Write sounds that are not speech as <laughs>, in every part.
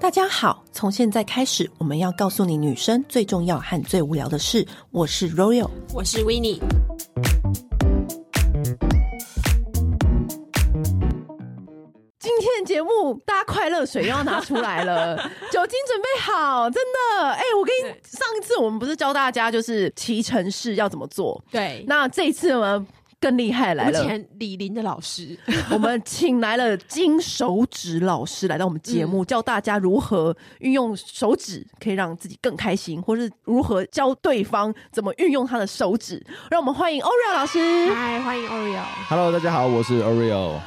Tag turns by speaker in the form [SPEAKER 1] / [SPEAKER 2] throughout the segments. [SPEAKER 1] 大家好，从现在开始，我们要告诉你女生最重要和最无聊的事。我是 Royal，
[SPEAKER 2] 我是 w i n n i e
[SPEAKER 1] 今天的节目大家快乐水又要拿出来 <laughs> 了，酒精准备好，真的。哎、我跟你
[SPEAKER 2] 对
[SPEAKER 1] 上一次我们不是教大家就是骑乘式要怎么做？
[SPEAKER 2] 对，
[SPEAKER 1] 那这一次呢更厉害来
[SPEAKER 2] 我
[SPEAKER 1] 了，
[SPEAKER 2] 前李林的老师，
[SPEAKER 1] <laughs> 我们请来了金手指老师来到我们节目，教大家如何运用手指可以让自己更开心，或是如何教对方怎么运用他的手指。让我们欢迎 Oreo 老 <laughs> 师。
[SPEAKER 2] 嗨，欢迎 Oreo。
[SPEAKER 3] Hello，大家好，我是 Oreo。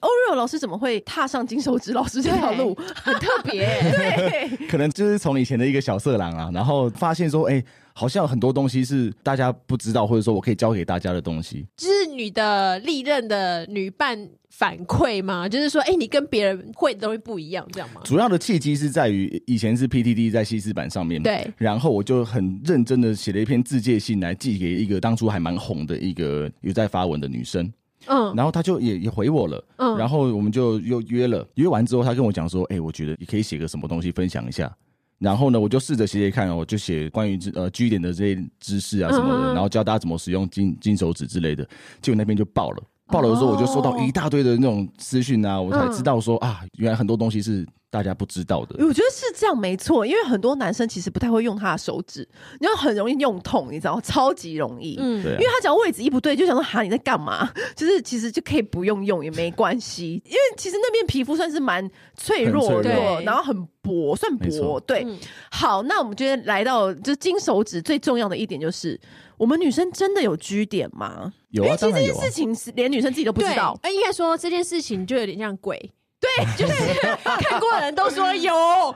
[SPEAKER 1] Oreo 老师怎么会踏上金手指老师这条路？
[SPEAKER 2] 很特别、
[SPEAKER 1] 对，
[SPEAKER 3] 可能就是从以前的一个小色狼啊，然后发现说，哎、好像有很多东西是大家不知道，或者说我可以教给大家的东西。
[SPEAKER 2] 就是你的历任的女伴反馈吗？就是说，哎、你跟别人会的东西不一样，这样吗？
[SPEAKER 3] 主要的契机是在于以前是 PTT 在西施版上面，
[SPEAKER 2] 对，
[SPEAKER 3] 然后我就很认真的写了一篇自介信来寄给一个当初还蛮红的一个有在发文的女生，
[SPEAKER 2] 嗯
[SPEAKER 3] 然后她就也也回我了，
[SPEAKER 2] 嗯，
[SPEAKER 3] 然后我们就又约了，约完之后，他跟我讲说，哎、我觉得你可以写个什么东西分享一下。然后呢，我就试着写写看哦，我就写关于这呃 G 点的这些知识啊什么
[SPEAKER 2] 嗯
[SPEAKER 3] 的，
[SPEAKER 2] 哼
[SPEAKER 3] 然后教大家怎么使用金金手指之类的。结果那边就爆了，爆了的时候我就收到
[SPEAKER 2] 哦
[SPEAKER 3] 一大堆的那种私讯啊，我
[SPEAKER 2] 嗯
[SPEAKER 3] 才知道说、啊，原来很多东西是大家不知道
[SPEAKER 1] <laughs>
[SPEAKER 3] 的。
[SPEAKER 1] 我觉得是这样没错，因为很多男生其实不太会用他的手指，你就很容易用痛，你知道，超级容易。
[SPEAKER 2] 嗯
[SPEAKER 3] 对、啊
[SPEAKER 1] 因为，他只要位置一不对，就想说哈你在干嘛？ <laughs> 就是其实就可以不用用也没关
[SPEAKER 3] <laughs>
[SPEAKER 1] 系，因为其实那边皮肤算是蛮脆弱
[SPEAKER 3] 很
[SPEAKER 1] 的
[SPEAKER 3] 脆
[SPEAKER 2] 弱，
[SPEAKER 1] 然后很薄，算
[SPEAKER 3] 没
[SPEAKER 1] 薄。
[SPEAKER 3] 错
[SPEAKER 1] 对，
[SPEAKER 2] 嗯
[SPEAKER 1] 好，那我们今天来到就是金手指最重要的一点就是，我们女生真的有 G 点吗？
[SPEAKER 3] 有
[SPEAKER 1] 因
[SPEAKER 3] 啊，
[SPEAKER 1] 为其
[SPEAKER 3] 当
[SPEAKER 1] 实这
[SPEAKER 3] 然
[SPEAKER 1] 件
[SPEAKER 3] 有啊
[SPEAKER 1] 事。情是连女生自己都不知道。
[SPEAKER 2] 哎，应该说这件事情就有点像鬼。对，就是看过的人都说有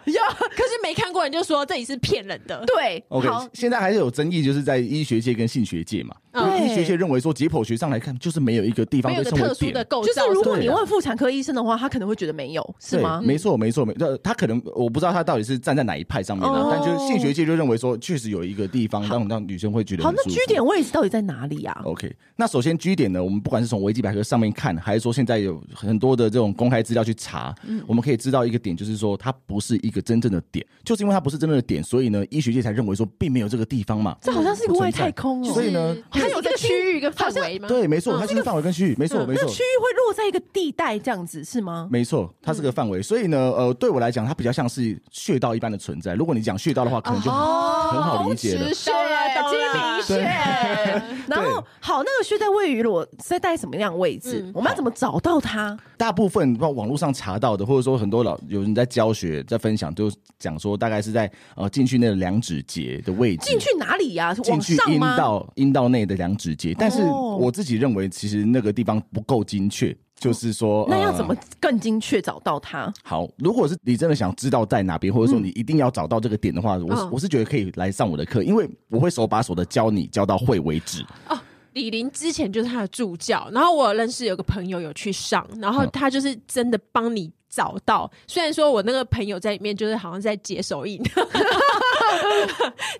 [SPEAKER 2] 有，可是没看过人就说这里是骗人的。
[SPEAKER 1] 对，
[SPEAKER 3] OK，
[SPEAKER 1] 好，
[SPEAKER 3] 现在还是有争议，就是在医学界跟性学界嘛。
[SPEAKER 1] 对
[SPEAKER 2] 嗯，
[SPEAKER 3] 医学界认为说，解剖学上来看，就是没有一个地方
[SPEAKER 2] 没有
[SPEAKER 3] 被
[SPEAKER 2] 一个
[SPEAKER 3] 称为
[SPEAKER 2] 特殊
[SPEAKER 3] 点
[SPEAKER 2] 的构
[SPEAKER 1] 就
[SPEAKER 2] 造什么
[SPEAKER 1] 是如
[SPEAKER 2] 的。
[SPEAKER 1] 果你问妇产科医生的话，他可能会觉得没有，是
[SPEAKER 3] 对
[SPEAKER 1] 吗？
[SPEAKER 3] 没错，没错，没呃，他可能我不知道他到底是站在哪一派上面的、
[SPEAKER 1] 哦
[SPEAKER 3] 但就是性学界就认为说，确实有一个地方让让女生会觉得
[SPEAKER 1] 好，
[SPEAKER 3] 很
[SPEAKER 1] 那
[SPEAKER 3] 舒服
[SPEAKER 1] G 点位置到底在哪里啊？
[SPEAKER 3] OK，那首先 G 点呢，我们不管是从维基百科上面看，还是说现在有很多的这种公开资料去查，
[SPEAKER 1] 嗯
[SPEAKER 3] 我们可以知道一个点，就是说它不是一个真正的点，就是因为它不是真正的点，所以呢，医学界才认为说并没有这个地方嘛。
[SPEAKER 1] 这好像是一个外太空
[SPEAKER 3] 不
[SPEAKER 1] 哦
[SPEAKER 3] 存在所，以呢
[SPEAKER 2] 它有在区域跟范围吗？
[SPEAKER 3] 对，没错，它就是范围跟区域，没错，没
[SPEAKER 1] 那
[SPEAKER 3] 错。
[SPEAKER 1] 区域会落在一个地带这样子是吗？
[SPEAKER 3] 没错，它是个范围，所以呢，呃，对我来讲，它比较像是穴道一般的存在。如果你讲穴道的话，可能就
[SPEAKER 2] 哦
[SPEAKER 3] 很好理解了
[SPEAKER 2] 懂
[SPEAKER 1] 穴
[SPEAKER 2] 了懂
[SPEAKER 1] 睛
[SPEAKER 2] 了
[SPEAKER 1] 明穴，然后好，那个穴在位于裸在在什么样的位置
[SPEAKER 2] 嗯？
[SPEAKER 1] 我们要怎么找到它？
[SPEAKER 3] 大部分包括网络上查到的，或者说很多老有人在教学在分享，就讲说大概是在呃进去那个两指节的位置
[SPEAKER 1] 进。去哪里呀？
[SPEAKER 3] 嗯进
[SPEAKER 1] 往
[SPEAKER 3] 去
[SPEAKER 1] 上
[SPEAKER 3] 阴
[SPEAKER 1] 吗？
[SPEAKER 3] 道啊阴道内的两指节，但是
[SPEAKER 1] 哦
[SPEAKER 3] 我自己认为，其实那个地方不够精确，就是说，
[SPEAKER 1] 哦那要
[SPEAKER 3] 呃
[SPEAKER 1] 怎么更精确找到它？
[SPEAKER 3] 好？如果是你真的想知道在哪边，或者说你一定要找到这个点的话，我是
[SPEAKER 2] 嗯
[SPEAKER 3] 我是觉得可以来上我的课，因为我会手把手的教你，教到会为止。
[SPEAKER 2] 李林之前就是他的助教，然后我认识有个朋友有去上，然后他就是真的帮你找到。虽然说我那个朋友在里面就是好像在解手印，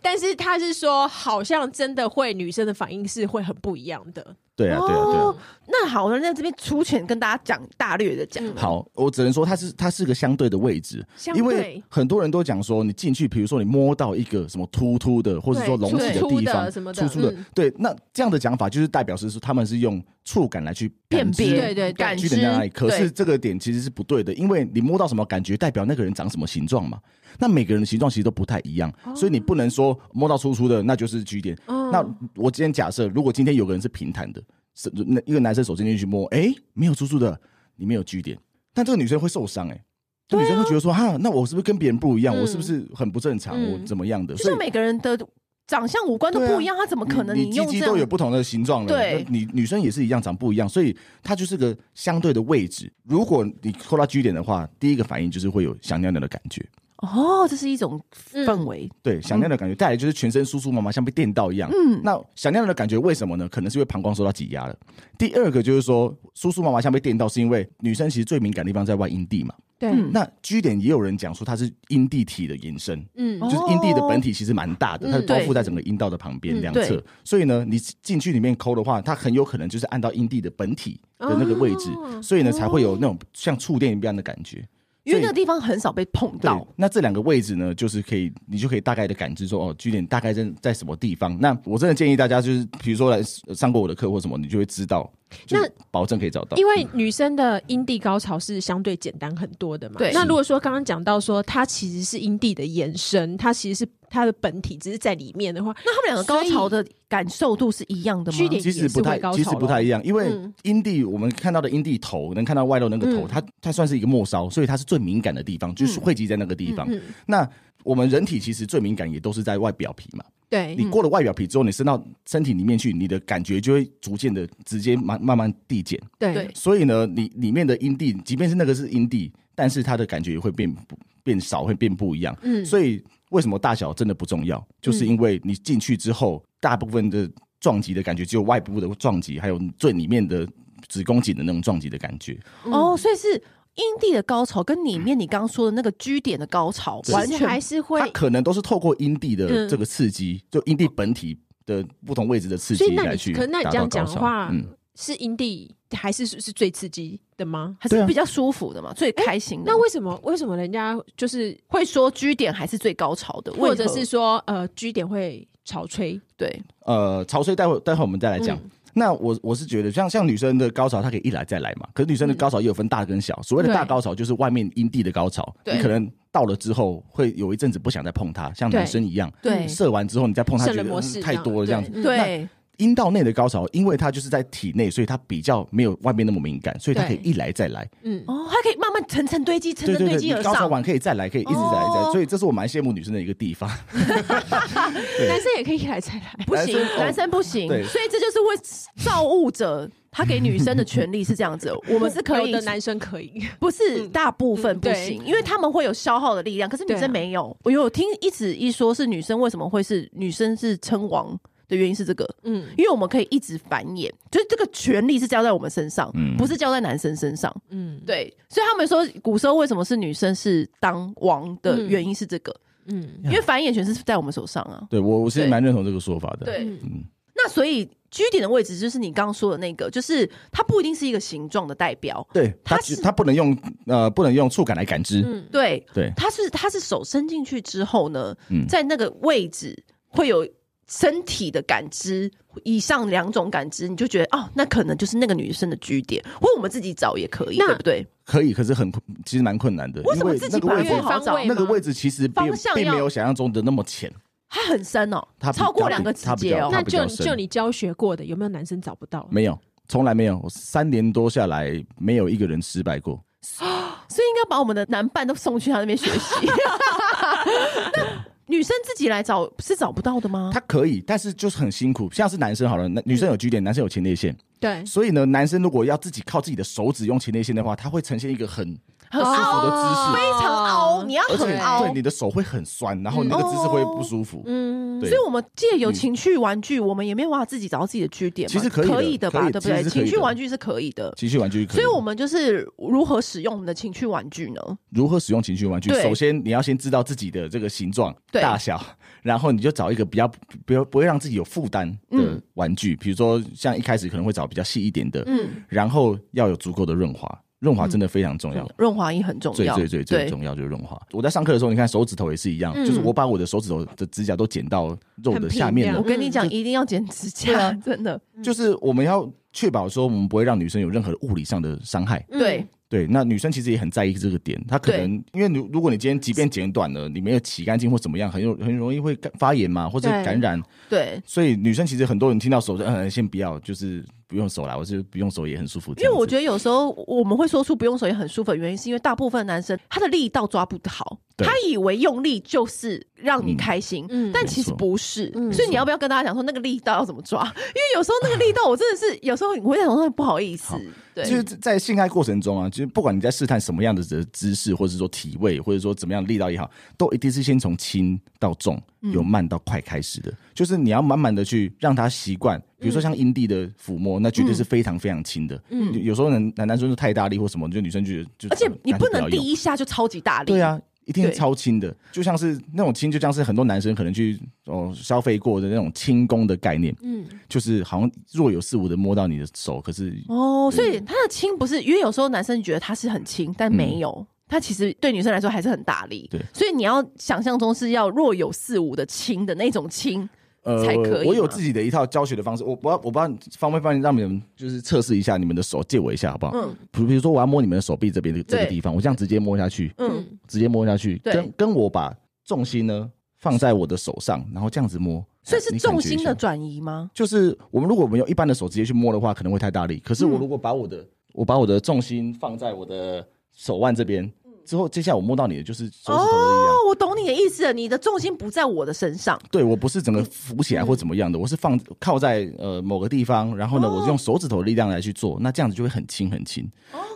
[SPEAKER 2] 但是他是说好像真的会女生的反应是会很不一样的。
[SPEAKER 3] 对啊，对啊，对啊。
[SPEAKER 1] 哦，那好，那在这边粗浅跟大家讲大略的
[SPEAKER 2] 嗯
[SPEAKER 1] 讲，
[SPEAKER 3] 好，我只能说它是它是个相对的位置，
[SPEAKER 2] 相
[SPEAKER 3] 因
[SPEAKER 2] 对
[SPEAKER 3] 为很多人都讲说，你进去，比如说你摸到一个什么突突的，或者说隆起的
[SPEAKER 2] 对
[SPEAKER 3] 地
[SPEAKER 2] 突出
[SPEAKER 3] 方，
[SPEAKER 2] 的什么的
[SPEAKER 3] 突出的
[SPEAKER 2] 嗯，
[SPEAKER 3] 对，那这样的讲法就是代表是说他们是用触感来去
[SPEAKER 1] 辨
[SPEAKER 3] 感知
[SPEAKER 1] 别
[SPEAKER 2] 对对对
[SPEAKER 1] 感
[SPEAKER 3] 据
[SPEAKER 1] 知
[SPEAKER 3] 点在哪里，可是
[SPEAKER 1] 对
[SPEAKER 3] 这个点其实是不对的，因为你摸到什么感觉，代表那个人长什么形状嘛。那每个人的形状其实都不太一样，所以你不能说摸到粗粗的那就是 G 点。
[SPEAKER 1] 嗯
[SPEAKER 3] 那我今天假设，如果今天有个人是平坦的，是那一个男生手伸进去摸，哎、没有粗粗的，里面有 G 点，但这个女生会受伤哎、诶这女生会觉得说
[SPEAKER 1] 啊
[SPEAKER 3] 哈，那我是不是跟别人不一样？
[SPEAKER 2] 嗯
[SPEAKER 3] 我是不是很不正常？
[SPEAKER 2] 嗯
[SPEAKER 3] 我怎么样的？
[SPEAKER 1] 就
[SPEAKER 3] 所以
[SPEAKER 1] 像每个人的长相五官都不一样，他怎么可能
[SPEAKER 3] 啊你你鸡
[SPEAKER 1] 用这
[SPEAKER 3] 鸡
[SPEAKER 1] 样
[SPEAKER 3] 都有不同的形状了，
[SPEAKER 1] 对
[SPEAKER 3] 那你女生也是一样长不一样，所以它就是个相对的位置。如果你扣到 G 点的话，第一个反应就是会有想尿尿的感觉，
[SPEAKER 1] 哦，这是一种氛围，
[SPEAKER 3] 对，想尿的感觉，带来就是全身酥酥麻麻，像被电到一样。嗯，那想尿的感觉为什么呢？可能是因为膀胱受到挤压了。第二个就是说，酥酥麻麻像被电到，是因为女生其实最敏感的地方在外阴蒂嘛。
[SPEAKER 2] 对
[SPEAKER 1] 嗯
[SPEAKER 3] 那 G 点也有人讲说它是阴蒂体的延伸，
[SPEAKER 2] 嗯
[SPEAKER 1] 哦
[SPEAKER 3] 就是阴蒂的本体其实蛮大的，
[SPEAKER 2] 嗯
[SPEAKER 3] 它包
[SPEAKER 1] 对
[SPEAKER 3] 覆在整个阴道的旁边
[SPEAKER 2] 嗯
[SPEAKER 3] 两
[SPEAKER 1] 对
[SPEAKER 3] 侧，所以呢，你进去里面抠的话，它很有可能就是按到阴蒂的本体的那个位置
[SPEAKER 2] 哦，
[SPEAKER 3] 所以呢才会有那种像触电一样的感觉。
[SPEAKER 1] 因为那个地方很少被碰
[SPEAKER 3] 对
[SPEAKER 1] 到。，
[SPEAKER 3] 那这两个位置呢，就是可以，你就可以大概的感知说，哦，据点大概在在什么地方。那我真的建议大家，就是比如说来呃上过我的课或什么，你就会知道，就
[SPEAKER 2] 那
[SPEAKER 3] 是保证可以找到。
[SPEAKER 2] 因为女生的阴蒂高潮是相对简单很多的嘛。
[SPEAKER 1] 对
[SPEAKER 2] 那如果说刚刚讲到说它其实是阴蒂的延伸，它其实是它的本体只是在里面的话，
[SPEAKER 1] 那他们两个高潮的感受度是一样的吗？
[SPEAKER 2] 据点
[SPEAKER 3] 其实不太
[SPEAKER 2] 也是会高，潮
[SPEAKER 3] 其实不太一样，因为
[SPEAKER 2] 嗯
[SPEAKER 3] 阴蒂我们看到的阴蒂头，能看到外露那个头，
[SPEAKER 2] 嗯
[SPEAKER 3] 它它算是一个末梢，所以它是最敏感的地方，就是汇集在那个地方。
[SPEAKER 2] 嗯嗯
[SPEAKER 3] 那我们人体其实最敏感也都是在外表皮嘛，
[SPEAKER 2] 对
[SPEAKER 3] 你过了外表皮之后，你伸到身体里面去，你的感觉就会逐渐的直接慢慢慢递减。
[SPEAKER 1] 对
[SPEAKER 2] 对
[SPEAKER 3] 所以呢，你里面的阴蒂，即便是那个是阴蒂，但是它的感觉也会变不变少，会变不一样。
[SPEAKER 2] 嗯
[SPEAKER 3] 所以为什么大小真的不重要，就是因为你进去之后，大部分的撞击的感觉只有外部的撞击，还有最里面的子宫颈的那种撞击的感觉。
[SPEAKER 1] 哦，所以是阴蒂的高潮跟里面你刚刚说的那个居点的高潮
[SPEAKER 3] 对
[SPEAKER 1] 完
[SPEAKER 2] 完全
[SPEAKER 1] 全
[SPEAKER 2] 还是会
[SPEAKER 3] 它。可能都是透过阴蒂的
[SPEAKER 2] 嗯
[SPEAKER 3] 这个刺激，就阴蒂本体的不同位置的刺激
[SPEAKER 2] 所以那
[SPEAKER 3] 来去
[SPEAKER 2] 你可那你
[SPEAKER 3] 达
[SPEAKER 2] 这
[SPEAKER 3] 到
[SPEAKER 2] 样
[SPEAKER 3] 高
[SPEAKER 2] 讲的
[SPEAKER 3] 潮。
[SPEAKER 2] 话
[SPEAKER 3] 嗯，，
[SPEAKER 2] 是阴蒂还是是是最刺激的吗？
[SPEAKER 1] 还
[SPEAKER 3] 对
[SPEAKER 1] 是
[SPEAKER 3] 啊
[SPEAKER 1] 比较舒服的嘛，最开
[SPEAKER 3] 嗯
[SPEAKER 1] 心的。
[SPEAKER 2] 那为什么为什么人家就是
[SPEAKER 1] 会说居点还是最高潮的，
[SPEAKER 2] 或者
[SPEAKER 1] 为何
[SPEAKER 2] 是说呃 G 点会潮吹？
[SPEAKER 1] 对
[SPEAKER 3] 呃，潮吹待会待会我们再来讲。那我我是觉得像像女生的高潮，它可以一来再来嘛。可是女生的高潮也有分大跟小，所谓的大
[SPEAKER 2] 对
[SPEAKER 3] 高潮就是外面阴蒂的高潮，
[SPEAKER 1] 对
[SPEAKER 3] 你可能到了之后会有一阵子不想再碰它，像
[SPEAKER 2] 对
[SPEAKER 3] 男生一样，
[SPEAKER 1] 对
[SPEAKER 3] 射完之后你再碰它，
[SPEAKER 2] 圣
[SPEAKER 3] 觉
[SPEAKER 2] 人
[SPEAKER 3] 得
[SPEAKER 2] 模
[SPEAKER 3] 呃
[SPEAKER 2] 式
[SPEAKER 3] 太多了这样子。
[SPEAKER 2] 对
[SPEAKER 1] 嗯对
[SPEAKER 3] 阴道内的高潮，因为它就是在体内，所以它比较没有外面那么敏感，所以它可以
[SPEAKER 2] 对
[SPEAKER 3] 一来再来。
[SPEAKER 2] 嗯，
[SPEAKER 1] 哦，它可以慢慢层层堆积，层
[SPEAKER 3] 对
[SPEAKER 1] 层
[SPEAKER 3] 对
[SPEAKER 1] 堆
[SPEAKER 3] 对，
[SPEAKER 1] 积
[SPEAKER 3] 你
[SPEAKER 1] 而
[SPEAKER 3] 高潮
[SPEAKER 1] 上。
[SPEAKER 3] 完可以再来，可以一直再来再来，
[SPEAKER 1] 哦
[SPEAKER 3] 所以这是我蛮羡慕女生的一个地方。 <laughs> 对
[SPEAKER 2] 男生也可以来再来。
[SPEAKER 1] 不行
[SPEAKER 3] 男生，哦
[SPEAKER 1] 男生不行，
[SPEAKER 3] 对
[SPEAKER 1] 所以这就是为造物者他给女生的权利是这样 <laughs> 子，我们是可以
[SPEAKER 2] 有的男生可以，
[SPEAKER 1] 不是
[SPEAKER 2] 嗯
[SPEAKER 1] 大部分
[SPEAKER 2] 嗯
[SPEAKER 1] 不
[SPEAKER 2] 对
[SPEAKER 1] 行，因为他们会有消耗的力量，可是女
[SPEAKER 2] 对啊
[SPEAKER 1] 生没有。我有听一直一说是女生为什么会是女生是称王的原因是这个，
[SPEAKER 2] 嗯
[SPEAKER 1] 因为我们可以一直繁衍，就是这个权利是交在我们身上，
[SPEAKER 3] 嗯
[SPEAKER 1] 不是交在男生身上。
[SPEAKER 2] 嗯，
[SPEAKER 1] 对，所以他们说古时候为什么是女生是当王的原因是这个，
[SPEAKER 2] 嗯，
[SPEAKER 1] 因为繁衍权是在我们手上啊。
[SPEAKER 3] 对我我是
[SPEAKER 1] 对
[SPEAKER 3] 蛮认同这个说法的。
[SPEAKER 1] 对，
[SPEAKER 3] 嗯，
[SPEAKER 1] 那所以居点的位置就是你刚刚说的那个，就是它不一定是一个形状的代表，
[SPEAKER 3] 对，它
[SPEAKER 1] 它是
[SPEAKER 3] 它不能用呃不能用触感来感知。
[SPEAKER 2] 嗯，
[SPEAKER 1] 对，
[SPEAKER 3] 对，
[SPEAKER 1] 它是它是手伸进去之后呢，
[SPEAKER 3] 嗯
[SPEAKER 1] 在那个位置会有身体的感知，以上两种感知，你就觉得哦，那可能就是那个女生的居点，或我们自己找也可以，
[SPEAKER 2] 那
[SPEAKER 1] 对不对？
[SPEAKER 3] 可以，可是很其实蛮困难的，
[SPEAKER 1] 为
[SPEAKER 3] 因
[SPEAKER 1] 什么
[SPEAKER 3] 为
[SPEAKER 1] 自己
[SPEAKER 3] 那个
[SPEAKER 1] 把
[SPEAKER 3] 位
[SPEAKER 1] 它
[SPEAKER 3] 置
[SPEAKER 1] 越好找
[SPEAKER 2] 方位
[SPEAKER 3] 那个
[SPEAKER 2] 吗
[SPEAKER 3] 位置其实并
[SPEAKER 1] 方向
[SPEAKER 3] 并
[SPEAKER 1] 要
[SPEAKER 3] 没有想象中的那么浅，
[SPEAKER 1] 它很深哦，
[SPEAKER 3] 它比
[SPEAKER 1] 超过
[SPEAKER 3] 较
[SPEAKER 1] 两个
[SPEAKER 3] 它
[SPEAKER 1] 指
[SPEAKER 3] 比
[SPEAKER 1] 节
[SPEAKER 3] 较
[SPEAKER 1] 哦。
[SPEAKER 2] 那
[SPEAKER 3] 比较
[SPEAKER 2] 就
[SPEAKER 3] 深
[SPEAKER 2] 就你教学过的，有没有男生找不到？
[SPEAKER 3] 没有，从来没有，我三年多下来没有一个人失败过。
[SPEAKER 1] 所以应该把我们的男伴都送去他那边学习。 <laughs> 那女生自己来找是找不到的吗？
[SPEAKER 3] 他可以，但是就是很辛苦。像是男生好了，男女生有 G 点，男生有前列腺，
[SPEAKER 1] 嗯
[SPEAKER 2] 对，
[SPEAKER 3] 所以呢，男生如果要自己靠自己的手指用前列腺的话，他会呈现一个很
[SPEAKER 1] 很
[SPEAKER 3] 舒
[SPEAKER 1] 凹，
[SPEAKER 3] 服的姿势
[SPEAKER 1] 哦非常
[SPEAKER 2] 哦
[SPEAKER 1] 凹，你要
[SPEAKER 3] 而且
[SPEAKER 1] 很凹
[SPEAKER 3] 对。你的手会很酸，然后
[SPEAKER 2] 嗯
[SPEAKER 3] 那个姿势会不舒服。
[SPEAKER 1] 哦
[SPEAKER 2] 嗯，
[SPEAKER 3] 对
[SPEAKER 1] 所以，我们借由情趣玩具，我们也没有办法自己找到自己的据点嘛。
[SPEAKER 3] 其实可以的
[SPEAKER 1] 的
[SPEAKER 3] 可
[SPEAKER 1] 吧，
[SPEAKER 3] 以
[SPEAKER 1] 对不
[SPEAKER 3] 其实
[SPEAKER 1] 对？
[SPEAKER 3] 是可以
[SPEAKER 1] 情
[SPEAKER 3] 的
[SPEAKER 1] 趣玩具是可以的。
[SPEAKER 3] 情绪玩具可以，
[SPEAKER 1] 所以，我们就是如何使用我们的情趣玩具呢？
[SPEAKER 3] 如何使用情绪玩具？
[SPEAKER 1] 对
[SPEAKER 3] 首先你要先知道自己的这个形状、
[SPEAKER 1] 对
[SPEAKER 3] 大小， <laughs> 然后你就找一个比较不要不会让自己有负担的
[SPEAKER 1] 嗯
[SPEAKER 3] 玩具，比如说像一开始可能会找比较细一点的，
[SPEAKER 1] 嗯，
[SPEAKER 3] 然后要有足够的润滑，润滑真的非常重要。
[SPEAKER 1] 润滑液很重
[SPEAKER 3] 最
[SPEAKER 1] 要，
[SPEAKER 3] 最最最
[SPEAKER 1] 对
[SPEAKER 3] 重要就是润滑。我在上课的时候，你看手指头也是一样，
[SPEAKER 2] 嗯
[SPEAKER 3] 就是我把我的手指头的指甲都剪到肉
[SPEAKER 2] 很
[SPEAKER 3] 的
[SPEAKER 2] 平
[SPEAKER 3] 下面
[SPEAKER 2] 这
[SPEAKER 1] 我
[SPEAKER 2] 样。
[SPEAKER 3] 了
[SPEAKER 1] 跟你讲，
[SPEAKER 3] 嗯
[SPEAKER 1] 一定要剪指
[SPEAKER 3] 对
[SPEAKER 1] 甲， <laughs> 真的。
[SPEAKER 3] 就是我们要确保说，我们不会让女生有任何物理上的伤害。
[SPEAKER 2] 嗯
[SPEAKER 1] 对，
[SPEAKER 3] 对，那女生其实也很在意这个点，她可
[SPEAKER 1] 对
[SPEAKER 3] 能因为如如果你今天即便剪短了，你没有洗干净或怎么样，很有很容易会感发炎嘛，或者
[SPEAKER 2] 对
[SPEAKER 3] 感染。
[SPEAKER 1] 对，
[SPEAKER 3] 所以女生其实很多人听到手就嗯，先不要，就是不用手啦，我就不用手也很舒服。
[SPEAKER 1] 因为我觉
[SPEAKER 3] 得
[SPEAKER 1] 得有时候我们会说出不用手也很舒服，的原因是因为大部分男生他的力道抓不好，
[SPEAKER 3] 对
[SPEAKER 1] 他以为用力就是让你开心，
[SPEAKER 2] 嗯
[SPEAKER 1] 但其实
[SPEAKER 3] 没错
[SPEAKER 1] 不是。
[SPEAKER 2] 嗯
[SPEAKER 1] 所以你要不要跟大家讲说那个力道要怎么抓？因为有时候那个力道，我真的是有时候我会想说不好意思
[SPEAKER 3] 好，
[SPEAKER 1] 对，
[SPEAKER 3] 就是在性爱过程中啊，就是不管你在试探什么样的的姿势，或者说体位，或者说怎么样的力道也好，都一定是先从轻到重，
[SPEAKER 1] 嗯
[SPEAKER 3] 由慢到快开始的。就是你要慢慢的去让她习惯，比
[SPEAKER 1] 嗯
[SPEAKER 3] 如说像阴蒂的抚摸，那绝对是非常非常轻的。
[SPEAKER 2] 嗯
[SPEAKER 3] 有有时候男男男生是太大力或什么，就女生就觉得就
[SPEAKER 1] 而且你不
[SPEAKER 3] 干脆
[SPEAKER 1] 能
[SPEAKER 3] 要
[SPEAKER 1] 第
[SPEAKER 3] 用
[SPEAKER 1] 一下就超级大力，
[SPEAKER 3] 对，啊，一定是
[SPEAKER 1] 对
[SPEAKER 3] 超轻的，就像是那种轻，就像是很多男生可能去哦消费过的那种轻功的概念，
[SPEAKER 2] 嗯，
[SPEAKER 3] 就是好像若有似无的摸到你的手，可是嗯
[SPEAKER 1] 哦，所以他的轻不是因为有时候男生觉得他是很轻，但没有，它其实对女生来说还是很大力
[SPEAKER 3] 对，
[SPEAKER 1] 所以你要想象中是要若有似无的轻的那种轻，
[SPEAKER 3] 呃
[SPEAKER 1] 才可以
[SPEAKER 3] 我有
[SPEAKER 1] 吗
[SPEAKER 3] 自己的一套教学的方式，我不要，我不知道方不方便让你们就是测试一下你们的手，借我一下好不好？
[SPEAKER 1] 嗯
[SPEAKER 3] 比如比如说我要摸你们的手臂这边的这个
[SPEAKER 1] 对
[SPEAKER 3] 地方，我这样直接摸下去，
[SPEAKER 1] 嗯，
[SPEAKER 3] 直接摸下去，
[SPEAKER 1] 对
[SPEAKER 3] 跟跟我把重心呢放在我的手上，然后这样子摸，哎
[SPEAKER 1] 所以是
[SPEAKER 3] 你感觉
[SPEAKER 1] 重
[SPEAKER 3] 一下
[SPEAKER 1] 心的转移吗？
[SPEAKER 3] 就是我们如果我们用一般的手直接去摸的话，可能会太大力。可是
[SPEAKER 1] 嗯
[SPEAKER 3] 我如果把我的、我把我的重心放在我的手腕这边
[SPEAKER 1] 嗯
[SPEAKER 3] 之后，接下来我摸到你的就是手指头的力量。
[SPEAKER 1] 哦，我懂你的意思了，你的重心不在我的身上，
[SPEAKER 3] 对我不是
[SPEAKER 1] 嗯
[SPEAKER 3] 整个浮起来或怎么样的，我是放靠在呃某个地方，然后呢，我是
[SPEAKER 1] 哦
[SPEAKER 3] 用手指头的力量来去做，那这样子就会很轻很轻。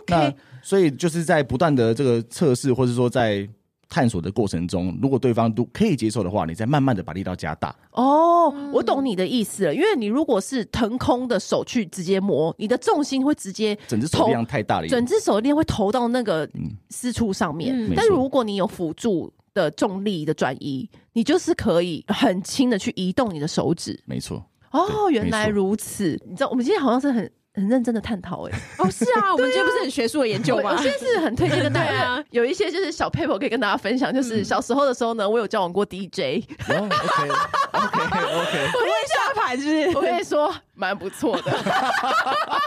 [SPEAKER 3] 那所以就是在不断的这个测试或者说在探索的过程中，如果对方都可以接受的话，你再慢慢的把力道加大。
[SPEAKER 1] 哦，我懂你的意思了，因为你如果是腾空的手去直接摸，你的重心会直接
[SPEAKER 3] 整只手
[SPEAKER 1] 投
[SPEAKER 3] 力量太大了一点，
[SPEAKER 1] 整只手链会投到那个私处上面。
[SPEAKER 2] 嗯
[SPEAKER 3] 嗯没
[SPEAKER 1] 但
[SPEAKER 3] 错
[SPEAKER 1] 如果你有辅助的重力的转移，你就是可以很轻的去移动你的手指。
[SPEAKER 3] 没错。
[SPEAKER 1] 哦，
[SPEAKER 3] 对
[SPEAKER 1] 原来
[SPEAKER 3] 没错
[SPEAKER 1] 如此。你知道，我们今天好像是很很认真的探讨、欸，哎，
[SPEAKER 2] 哦，是啊，我们今天不是很学术的研究
[SPEAKER 1] 我
[SPEAKER 2] 吗
[SPEAKER 1] 我？现在是很推荐跟大 <laughs>
[SPEAKER 2] 对
[SPEAKER 1] 家、
[SPEAKER 2] 啊
[SPEAKER 1] 有一些就是小 paper 可以跟大家分享，就是小时候的时候呢，我有交往过 DJ，
[SPEAKER 3] 哦，OK
[SPEAKER 1] <laughs>
[SPEAKER 3] OK OK，
[SPEAKER 2] 我会下盘是
[SPEAKER 1] 我跟你说蛮不错的，DJ 啊，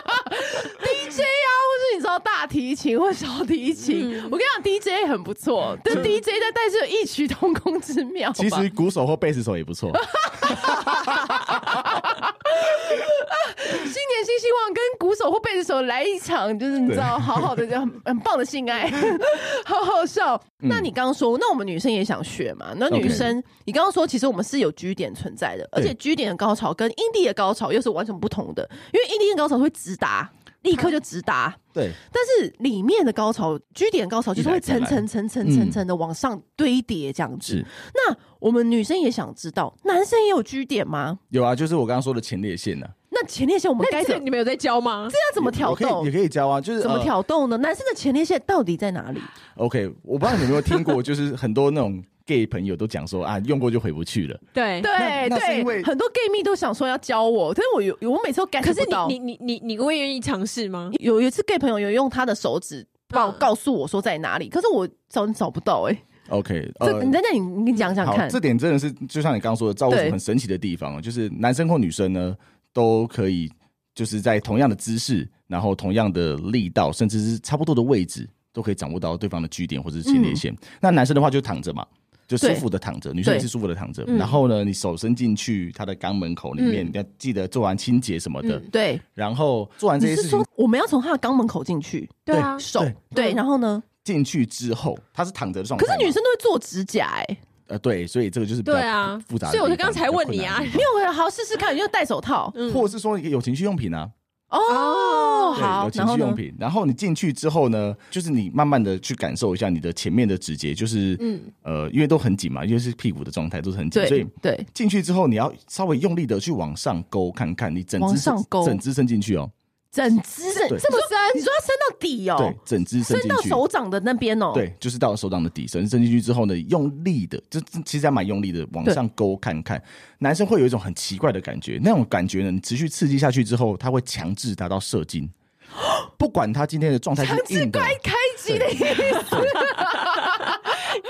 [SPEAKER 1] 或是你知道大提琴或小提琴，我跟你讲 DJ 很不错，但 DJ 在带嗯是有异曲同工之妙吧。
[SPEAKER 3] 其实鼓手或贝斯手也不错。
[SPEAKER 1] 新年新希望，跟鼓手或贝斯手来一场，就是你知道，好好的这样很 <laughs> 棒的性爱， <laughs> 好好笑。那你刚刚说，那我们女生也想学嘛？那女
[SPEAKER 3] OK
[SPEAKER 1] 生，你刚刚说，其实我们是有 G 点存在的，而且 G 点的高潮跟阴蒂的高潮又是完全不同的，因为阴蒂的高潮会直达，立刻就直达。
[SPEAKER 3] 对，
[SPEAKER 1] 但是里面的高潮，G 点高潮就是会
[SPEAKER 3] 一来
[SPEAKER 1] 层
[SPEAKER 3] 再来
[SPEAKER 1] 层层层层层的往上堆叠这样子
[SPEAKER 3] 是。
[SPEAKER 1] 那我们女生也想知道，男生也有 G 点吗？
[SPEAKER 3] 有啊，就是我刚刚说的前列腺呢、啊，
[SPEAKER 1] 那前列腺我们
[SPEAKER 2] 那
[SPEAKER 1] 该
[SPEAKER 2] 这个
[SPEAKER 1] 怎么
[SPEAKER 2] 你们有在教吗？
[SPEAKER 1] 这要怎么挑
[SPEAKER 3] 我可以
[SPEAKER 1] 逗
[SPEAKER 3] 也？可以教啊，就是
[SPEAKER 1] 怎么
[SPEAKER 3] 呃
[SPEAKER 1] 挑逗呢？男生的前列腺到底在哪里？
[SPEAKER 3] OK，我不知道你们有没有听过，就是很多那种 <laughs> gay 朋友都讲说啊，用过就回不去了。
[SPEAKER 2] 对
[SPEAKER 1] 对
[SPEAKER 3] 那是因为
[SPEAKER 1] 对，很多 gay 蜜都想说要教我，但是我有我每次都 get
[SPEAKER 2] 可是
[SPEAKER 1] 不到。
[SPEAKER 2] 你你你你你会愿意尝试吗？
[SPEAKER 1] 有有一次 gay 朋友有用他的手指告
[SPEAKER 2] 嗯
[SPEAKER 1] 告诉我说在哪里，可是我找找不到哎。
[SPEAKER 3] OK，呃
[SPEAKER 1] 这你在那里你讲讲
[SPEAKER 3] 好，
[SPEAKER 1] 看
[SPEAKER 3] 这点真的是就像你刚刚说的，造物
[SPEAKER 1] 对
[SPEAKER 3] 主很神奇的地方，就是男生或女生呢都可以，就是在同样的姿势，然后同样的力道，甚至是差不多的位置，都可以掌握到对方的据点或者是前列
[SPEAKER 1] 嗯
[SPEAKER 3] 腺。那男生的话就躺着嘛。就舒服的躺着，女生也是舒服的躺着。
[SPEAKER 1] 嗯
[SPEAKER 3] 然后呢，你手伸进去他的肛门口里面，要记得做完清洁什么的。
[SPEAKER 1] 对，
[SPEAKER 3] 然后做完这
[SPEAKER 1] 你
[SPEAKER 3] 些
[SPEAKER 1] 是
[SPEAKER 3] 事情
[SPEAKER 1] 说我们要从他的肛门口进去
[SPEAKER 2] 对啊，
[SPEAKER 1] 手
[SPEAKER 3] 对
[SPEAKER 1] 对，然后呢？
[SPEAKER 3] 进去之后，他是躺着的状态
[SPEAKER 1] 可
[SPEAKER 3] 嘛。
[SPEAKER 1] 是女生都会做指甲哎，
[SPEAKER 3] 呃，对，所以这个就是比
[SPEAKER 2] 对啊
[SPEAKER 3] 较复杂的
[SPEAKER 2] 所
[SPEAKER 3] 地方。
[SPEAKER 2] 以我就刚才
[SPEAKER 3] 比较
[SPEAKER 2] 问
[SPEAKER 3] 困
[SPEAKER 2] 你
[SPEAKER 3] 难
[SPEAKER 2] 啊
[SPEAKER 3] 的地方
[SPEAKER 1] 没有好试试看，你就戴手套
[SPEAKER 2] 嗯
[SPEAKER 3] <laughs> 或者是说有情趣用品啊，
[SPEAKER 1] 哦，
[SPEAKER 3] 对，
[SPEAKER 1] 好
[SPEAKER 3] 有，
[SPEAKER 1] 然
[SPEAKER 3] 情
[SPEAKER 1] 后
[SPEAKER 3] 趣
[SPEAKER 1] 呢
[SPEAKER 3] 用？品。然后你进去之后呢，就是你慢慢的去感受一下你的前面的指节，就是
[SPEAKER 2] 嗯
[SPEAKER 3] 呃，因为都很紧嘛，因为是屁股的状态都是很紧，所
[SPEAKER 1] 对
[SPEAKER 3] 以
[SPEAKER 1] 对，
[SPEAKER 3] 进去之后你要稍微用力的去往上勾，看看你整
[SPEAKER 1] 往
[SPEAKER 3] 只
[SPEAKER 1] 上
[SPEAKER 3] 伸
[SPEAKER 1] 勾
[SPEAKER 3] 整只伸进去哦，
[SPEAKER 1] 整只这
[SPEAKER 3] 对
[SPEAKER 1] 这么深，你说要伸到底哦？
[SPEAKER 3] 对，整只伸
[SPEAKER 1] 伸
[SPEAKER 3] 进
[SPEAKER 1] 到
[SPEAKER 3] 去。
[SPEAKER 1] 手掌的那边哦。，
[SPEAKER 3] 对，就是到手掌的底深，伸进去之后呢，用力的，就就其实还蛮用力的，往上勾看看。男生会有一种很奇怪的感觉，那种感觉呢，你持续刺激下去之后，他会强制达到射
[SPEAKER 1] <gasps>
[SPEAKER 3] 精，不管他今天的状态
[SPEAKER 1] 强
[SPEAKER 3] 是
[SPEAKER 1] 制
[SPEAKER 3] 硬的，
[SPEAKER 1] 开开机的意思，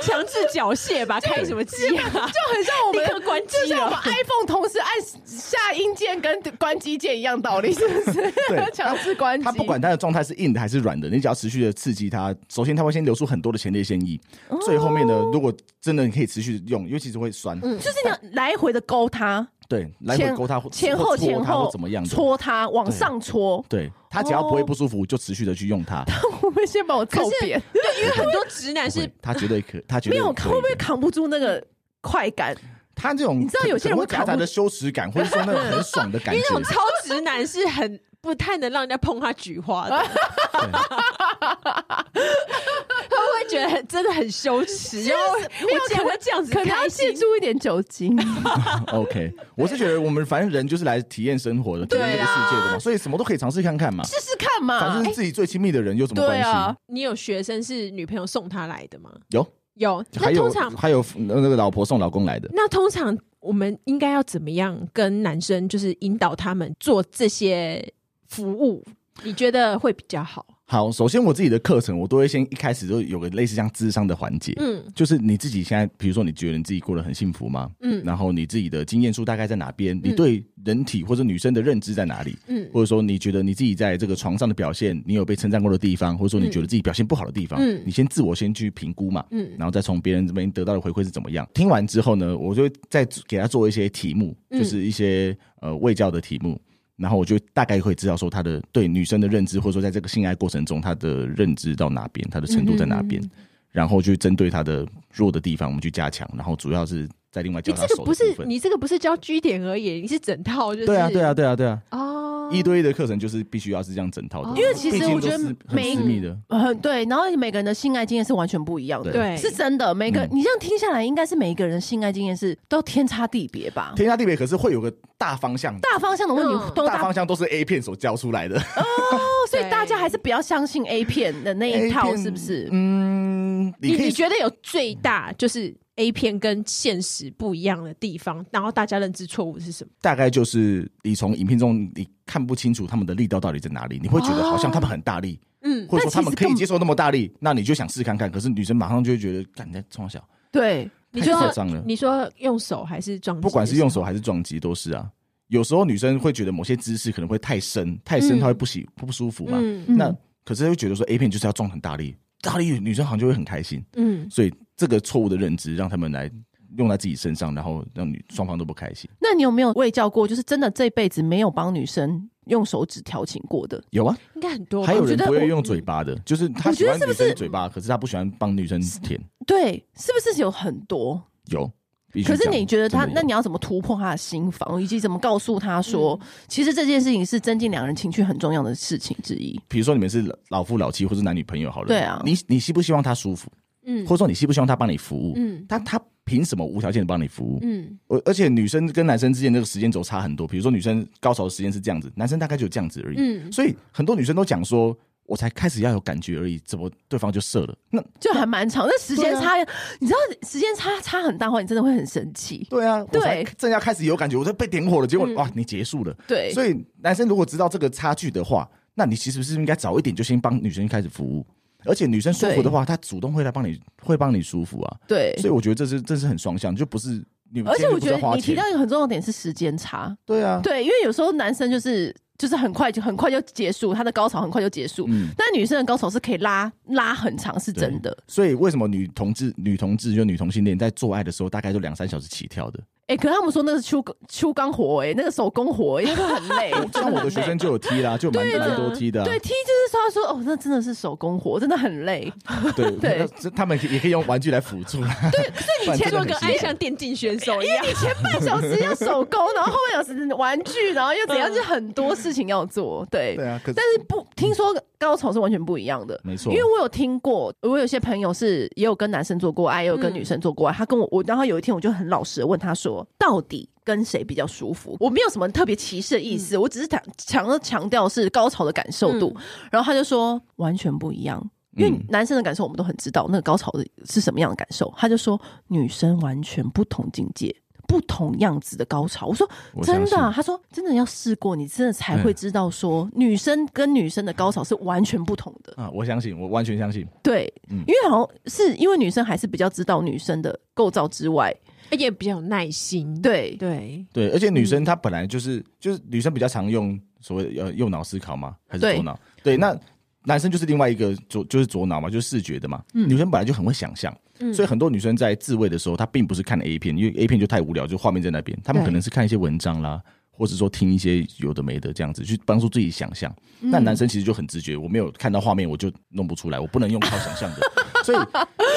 [SPEAKER 2] 强制缴械吧，开什么机啊？
[SPEAKER 1] 就很像我
[SPEAKER 2] 立
[SPEAKER 1] 们
[SPEAKER 2] 刻关
[SPEAKER 1] 就
[SPEAKER 2] 机
[SPEAKER 1] 像我
[SPEAKER 2] 了
[SPEAKER 1] 们。iPhone 同时按下音键跟关机键一样道理，是不是？ <laughs>
[SPEAKER 3] 对
[SPEAKER 1] 强制关机。
[SPEAKER 3] 他不管他的状态是硬的还是软的，你只要持续的刺激他，首先他会先流出很多的前列腺液，
[SPEAKER 1] 哦
[SPEAKER 3] 最后面呢，如果真的你可以持续地用，因为其实会酸，
[SPEAKER 1] 就是你要来回的勾它，
[SPEAKER 3] 对，来回
[SPEAKER 1] 嗯前
[SPEAKER 3] 勾他或
[SPEAKER 1] 前
[SPEAKER 3] 或
[SPEAKER 1] 后
[SPEAKER 3] 搓
[SPEAKER 1] 前
[SPEAKER 3] 他
[SPEAKER 1] 后
[SPEAKER 3] 或怎么样的，
[SPEAKER 1] 搓它，往上搓。
[SPEAKER 3] 对他只要不会
[SPEAKER 1] 哦
[SPEAKER 3] 不舒服，就持续的去用它，
[SPEAKER 1] 会不会先 <laughs> 把我揍扁？
[SPEAKER 2] 对，因为很多直男是
[SPEAKER 3] 会他绝对可，他绝
[SPEAKER 1] 没
[SPEAKER 3] 对
[SPEAKER 1] 有，
[SPEAKER 3] 可以
[SPEAKER 1] 会不会
[SPEAKER 3] 的
[SPEAKER 1] 扛不住那个快 <laughs> 感？
[SPEAKER 3] 他这种
[SPEAKER 1] 你知道有些人会
[SPEAKER 3] 可能会夹
[SPEAKER 1] 扛
[SPEAKER 3] 杂
[SPEAKER 1] 不
[SPEAKER 3] 的羞耻感，或者说那种很爽的感
[SPEAKER 2] 因为那种
[SPEAKER 3] 觉，
[SPEAKER 2] 超直男是很不太能让人家碰他菊花的，他们会觉得很真的很羞耻，然后我竟然会这样子
[SPEAKER 1] 可能要
[SPEAKER 2] 开
[SPEAKER 1] 借
[SPEAKER 2] 心。
[SPEAKER 1] 助一点酒精。
[SPEAKER 3] <laughs> OK，我是觉得我们反正人就是来体验生活的，体验这
[SPEAKER 2] 对
[SPEAKER 3] 个
[SPEAKER 2] 啊
[SPEAKER 3] 世界的嘛，所以什么都可以尝试看看嘛。
[SPEAKER 1] <laughs> 试试看嘛。
[SPEAKER 3] 反正是自己最亲密的人有什么
[SPEAKER 1] 啊哎对
[SPEAKER 3] 关
[SPEAKER 1] 啊
[SPEAKER 3] 系？，
[SPEAKER 2] 你有学生是女朋友送他来的吗？
[SPEAKER 3] 有，
[SPEAKER 2] 有，那
[SPEAKER 3] 还有
[SPEAKER 2] 通常
[SPEAKER 3] 还有那个老婆送老公来的，
[SPEAKER 2] 那通常我们应该要怎么样跟男生就是引导他们做这些服务？你觉得会比较好？
[SPEAKER 3] 好，首先我自己的课程，我都会先一开始就有个类似像智商的环节，
[SPEAKER 2] 嗯
[SPEAKER 3] 就是你自己现在，比如说你觉得你自己过得很幸福吗？
[SPEAKER 2] 嗯
[SPEAKER 3] 然后你自己的经验数大概在哪边？你对人体或者女生的认知在哪里？
[SPEAKER 2] 嗯
[SPEAKER 3] 或者说你觉得你自己在这个床上的表现，你有被称赞过的地方，或者说你觉得自己表现不好的地方，
[SPEAKER 2] 嗯
[SPEAKER 3] 你先自我先去评估嘛，
[SPEAKER 2] 嗯
[SPEAKER 3] 然后再从别人这边得到的回馈是怎么样。听完之后呢，我就会再给他做一些题目，
[SPEAKER 2] 嗯
[SPEAKER 3] 就是一些呃卫教的题目。然后我就大概会知道说他的对女生的认知，或者说在这个性爱过程中他的认知到哪边，他的程度在哪
[SPEAKER 2] 嗯
[SPEAKER 3] 边，然后去针对他的弱的地方我们去加强，然后主要是在另外教
[SPEAKER 2] 你
[SPEAKER 3] 他
[SPEAKER 2] 这个
[SPEAKER 3] 手的
[SPEAKER 2] 不是
[SPEAKER 3] 部分
[SPEAKER 2] 你这个不是教据点而已，你是整套就是
[SPEAKER 3] 对啊对啊对啊对啊，
[SPEAKER 2] 哦，
[SPEAKER 3] 一对一的课程就是必须要是这样整套的，
[SPEAKER 2] 因为
[SPEAKER 1] 哦其实
[SPEAKER 3] 毕竟
[SPEAKER 1] 我觉得
[SPEAKER 3] 都是很
[SPEAKER 1] 每
[SPEAKER 3] 私密的，
[SPEAKER 1] 嗯，对，然后每个人的性爱经验是完全不一样的，
[SPEAKER 2] 对
[SPEAKER 1] 是真的。每个、
[SPEAKER 3] 嗯
[SPEAKER 1] 你这样听下来，应该是每一个人的性爱经验是都天差地别吧？
[SPEAKER 3] 天下地别可是会有个大方向的，
[SPEAKER 1] 大方向的问题
[SPEAKER 2] 嗯
[SPEAKER 1] 都
[SPEAKER 3] 大
[SPEAKER 1] 大
[SPEAKER 3] 方向都是 A 片所教出来的。
[SPEAKER 1] 哦，所以大家还是不要相信 A 片的那一
[SPEAKER 3] A
[SPEAKER 1] 套，
[SPEAKER 3] 片
[SPEAKER 1] 是不是？
[SPEAKER 3] 嗯，你
[SPEAKER 2] 你
[SPEAKER 3] 可以
[SPEAKER 2] 你觉得有最大就是 A 片跟现实不一样的地方，然后大家认知错误是什么？
[SPEAKER 3] 大概就是你从影片中你看不清楚他们的力道到底在哪里，你会觉得好像他们很大力，
[SPEAKER 2] 嗯，
[SPEAKER 3] 或
[SPEAKER 1] 哦但
[SPEAKER 3] 者说
[SPEAKER 1] 其
[SPEAKER 3] 他们
[SPEAKER 1] 实
[SPEAKER 3] 可以
[SPEAKER 1] 根
[SPEAKER 3] 接受那么大力，那你就想试看看。可是女生马上就会觉得，干你在冲小，
[SPEAKER 1] 对，
[SPEAKER 2] 你
[SPEAKER 3] 太夸
[SPEAKER 2] 说
[SPEAKER 3] 张了。
[SPEAKER 2] 你说用手还是撞击的时候？
[SPEAKER 3] 不管是用手还是撞击都是啊。有时候女生会觉得某些姿势可能会太深，太
[SPEAKER 2] 嗯
[SPEAKER 3] 深她会不喜不舒服嘛。
[SPEAKER 2] 嗯
[SPEAKER 1] 嗯
[SPEAKER 3] 那可是会觉得说 A 片就是要撞很大力，大力女生好像就会很开心。
[SPEAKER 2] 嗯，
[SPEAKER 3] 所以这个错误的认知让他们来用在自己身上，然后让女双方都不开心。
[SPEAKER 1] 那你有没有未教过？就是真的这辈子没有帮女生用手指调情过的？
[SPEAKER 3] 有啊，
[SPEAKER 2] 应该很多吧。
[SPEAKER 3] 还有
[SPEAKER 1] 我觉
[SPEAKER 3] 人
[SPEAKER 1] 得
[SPEAKER 3] 不
[SPEAKER 1] 我
[SPEAKER 3] 会用嘴巴的，就是他喜
[SPEAKER 1] 我觉得
[SPEAKER 3] 欢女
[SPEAKER 1] 是不是
[SPEAKER 3] 生嘴巴，可是他不喜欢帮女生舔。
[SPEAKER 1] 对，是不是有很多？
[SPEAKER 3] 有，必须
[SPEAKER 1] 可是
[SPEAKER 3] 讲
[SPEAKER 1] 你觉得他，
[SPEAKER 3] 真的
[SPEAKER 1] 那
[SPEAKER 3] 有
[SPEAKER 1] 你要怎么突破他的心防，以及怎么告诉他说，
[SPEAKER 3] 嗯
[SPEAKER 1] 其实这件事情是增进两人情趣很重要的事情之一？
[SPEAKER 3] 比如说你们是老老夫老妻或是男女朋友好了，
[SPEAKER 1] 对啊
[SPEAKER 3] 你你希不希望他舒服，
[SPEAKER 2] 嗯
[SPEAKER 3] 或者说你希不希望他帮你服务？
[SPEAKER 2] 嗯
[SPEAKER 3] 但他凭什么无条件的帮你服务？
[SPEAKER 2] 嗯
[SPEAKER 3] 而而且女生跟男生之间那个时间轴差很多，比如说女生高潮的时间是这样子，男生大概就这样子而已。
[SPEAKER 2] 嗯，
[SPEAKER 3] 所以很多女生都讲说，我才开始要有感觉而已，怎么对方就射了？那
[SPEAKER 1] 就还蛮长，那时间
[SPEAKER 3] 对啊
[SPEAKER 1] 差，你知道时间差差很大的话，你真的会很生气。
[SPEAKER 3] 对啊，我才
[SPEAKER 1] 对
[SPEAKER 3] 正要开始有感觉，我就被点火了，结果、
[SPEAKER 2] 嗯
[SPEAKER 3] 哇，你结束了。
[SPEAKER 1] 对，
[SPEAKER 3] 所以男生如果知道这个差距的话，那你其实是应该早一点就先帮女生开始服务，而且女生舒服的话，她主动会来帮你，会帮你舒服啊。
[SPEAKER 1] 对，
[SPEAKER 3] 所以我觉得这是这是很双向，就不是你们
[SPEAKER 1] 而且我
[SPEAKER 3] 今天就不
[SPEAKER 1] 觉
[SPEAKER 3] 是
[SPEAKER 1] 得
[SPEAKER 3] 花
[SPEAKER 1] 你提
[SPEAKER 3] 钱
[SPEAKER 1] 到一个很重要的点是时间差，
[SPEAKER 3] 对啊，
[SPEAKER 1] 对，因为有时候男生就是就是很快就很快就结束，他的高潮很快就结束，
[SPEAKER 3] 嗯。
[SPEAKER 1] 但女生的高潮是可以拉拉很长，是真的。
[SPEAKER 3] 所以为什么女同志、女同志就女同性恋在做爱的时候，大概都两三小时起跳的？。
[SPEAKER 1] 哎、可是他们说那个是秋秋钢活、哎，那个手工活、因为很累
[SPEAKER 3] 像 <laughs> 我的学生就有踢啦，就蛮
[SPEAKER 1] 对的
[SPEAKER 3] 蛮多踢的啊、
[SPEAKER 1] 对，T 就是说，他说哦，那真的是手工活，真的很累。
[SPEAKER 3] 对
[SPEAKER 1] <laughs> 对
[SPEAKER 3] 那这他们也可以用玩具来辅助啊啦。对，所 <laughs>
[SPEAKER 2] 切入跟爱像电竞选手一样，
[SPEAKER 1] 前半小时要手工，然后后半小时玩具，然后又怎样，就很多事情要做。对，
[SPEAKER 3] 对啊，可是
[SPEAKER 1] 但是不听说高潮是完全不一样的。
[SPEAKER 3] 没错，
[SPEAKER 1] 因为我有听过，我有些朋友是也有跟男生做过爱，也有跟女生做过爱。他跟我，我然后有一天我就很老实的问他说，到底跟谁比较舒服？我没有什么特别歧视的意思，我只是强强强调是高潮的感受度。然后他就说完全不一样，因为
[SPEAKER 3] 嗯
[SPEAKER 1] 男生的感受我们都很知道，那个高潮的是什么样的感受。他就说女生完全不同境界。不同样子的高潮，我说
[SPEAKER 3] 我
[SPEAKER 1] 真的啊、
[SPEAKER 3] 相信
[SPEAKER 1] 他说真的要试过，你真的才会
[SPEAKER 3] 嗯
[SPEAKER 1] 知道说女生跟女生的高潮是完全不同的。
[SPEAKER 3] 啊，我相信，我完全相信。
[SPEAKER 1] 对，
[SPEAKER 3] 嗯
[SPEAKER 1] 因为好像是因为女生还是比较知道女生的构造之外，
[SPEAKER 2] <laughs> 而且比较有耐心。
[SPEAKER 1] 对
[SPEAKER 2] 对，
[SPEAKER 3] 对，而且女
[SPEAKER 1] 嗯
[SPEAKER 3] 生她本来就是、就是女生比较常用所谓的呃右脑思考嘛，还是
[SPEAKER 1] 对
[SPEAKER 3] 左脑？对，那男生就是另外一个左就是左脑嘛，就是视觉的嘛。
[SPEAKER 1] 嗯
[SPEAKER 3] 女生本来就很会想象，
[SPEAKER 2] 嗯
[SPEAKER 3] 所以很多女生在自慰的时候，她并不是看 A 片，因为 A 片就太无聊，就画面在那边，她们
[SPEAKER 2] 对
[SPEAKER 3] 可能是看一些文章啦。或者说听一些有的没的这样子，去帮助自己想象。
[SPEAKER 1] 嗯
[SPEAKER 2] 嗯
[SPEAKER 3] 那男生其实就很直觉，我没有看到画面，我就弄不出来，我不能用靠想象的。所以，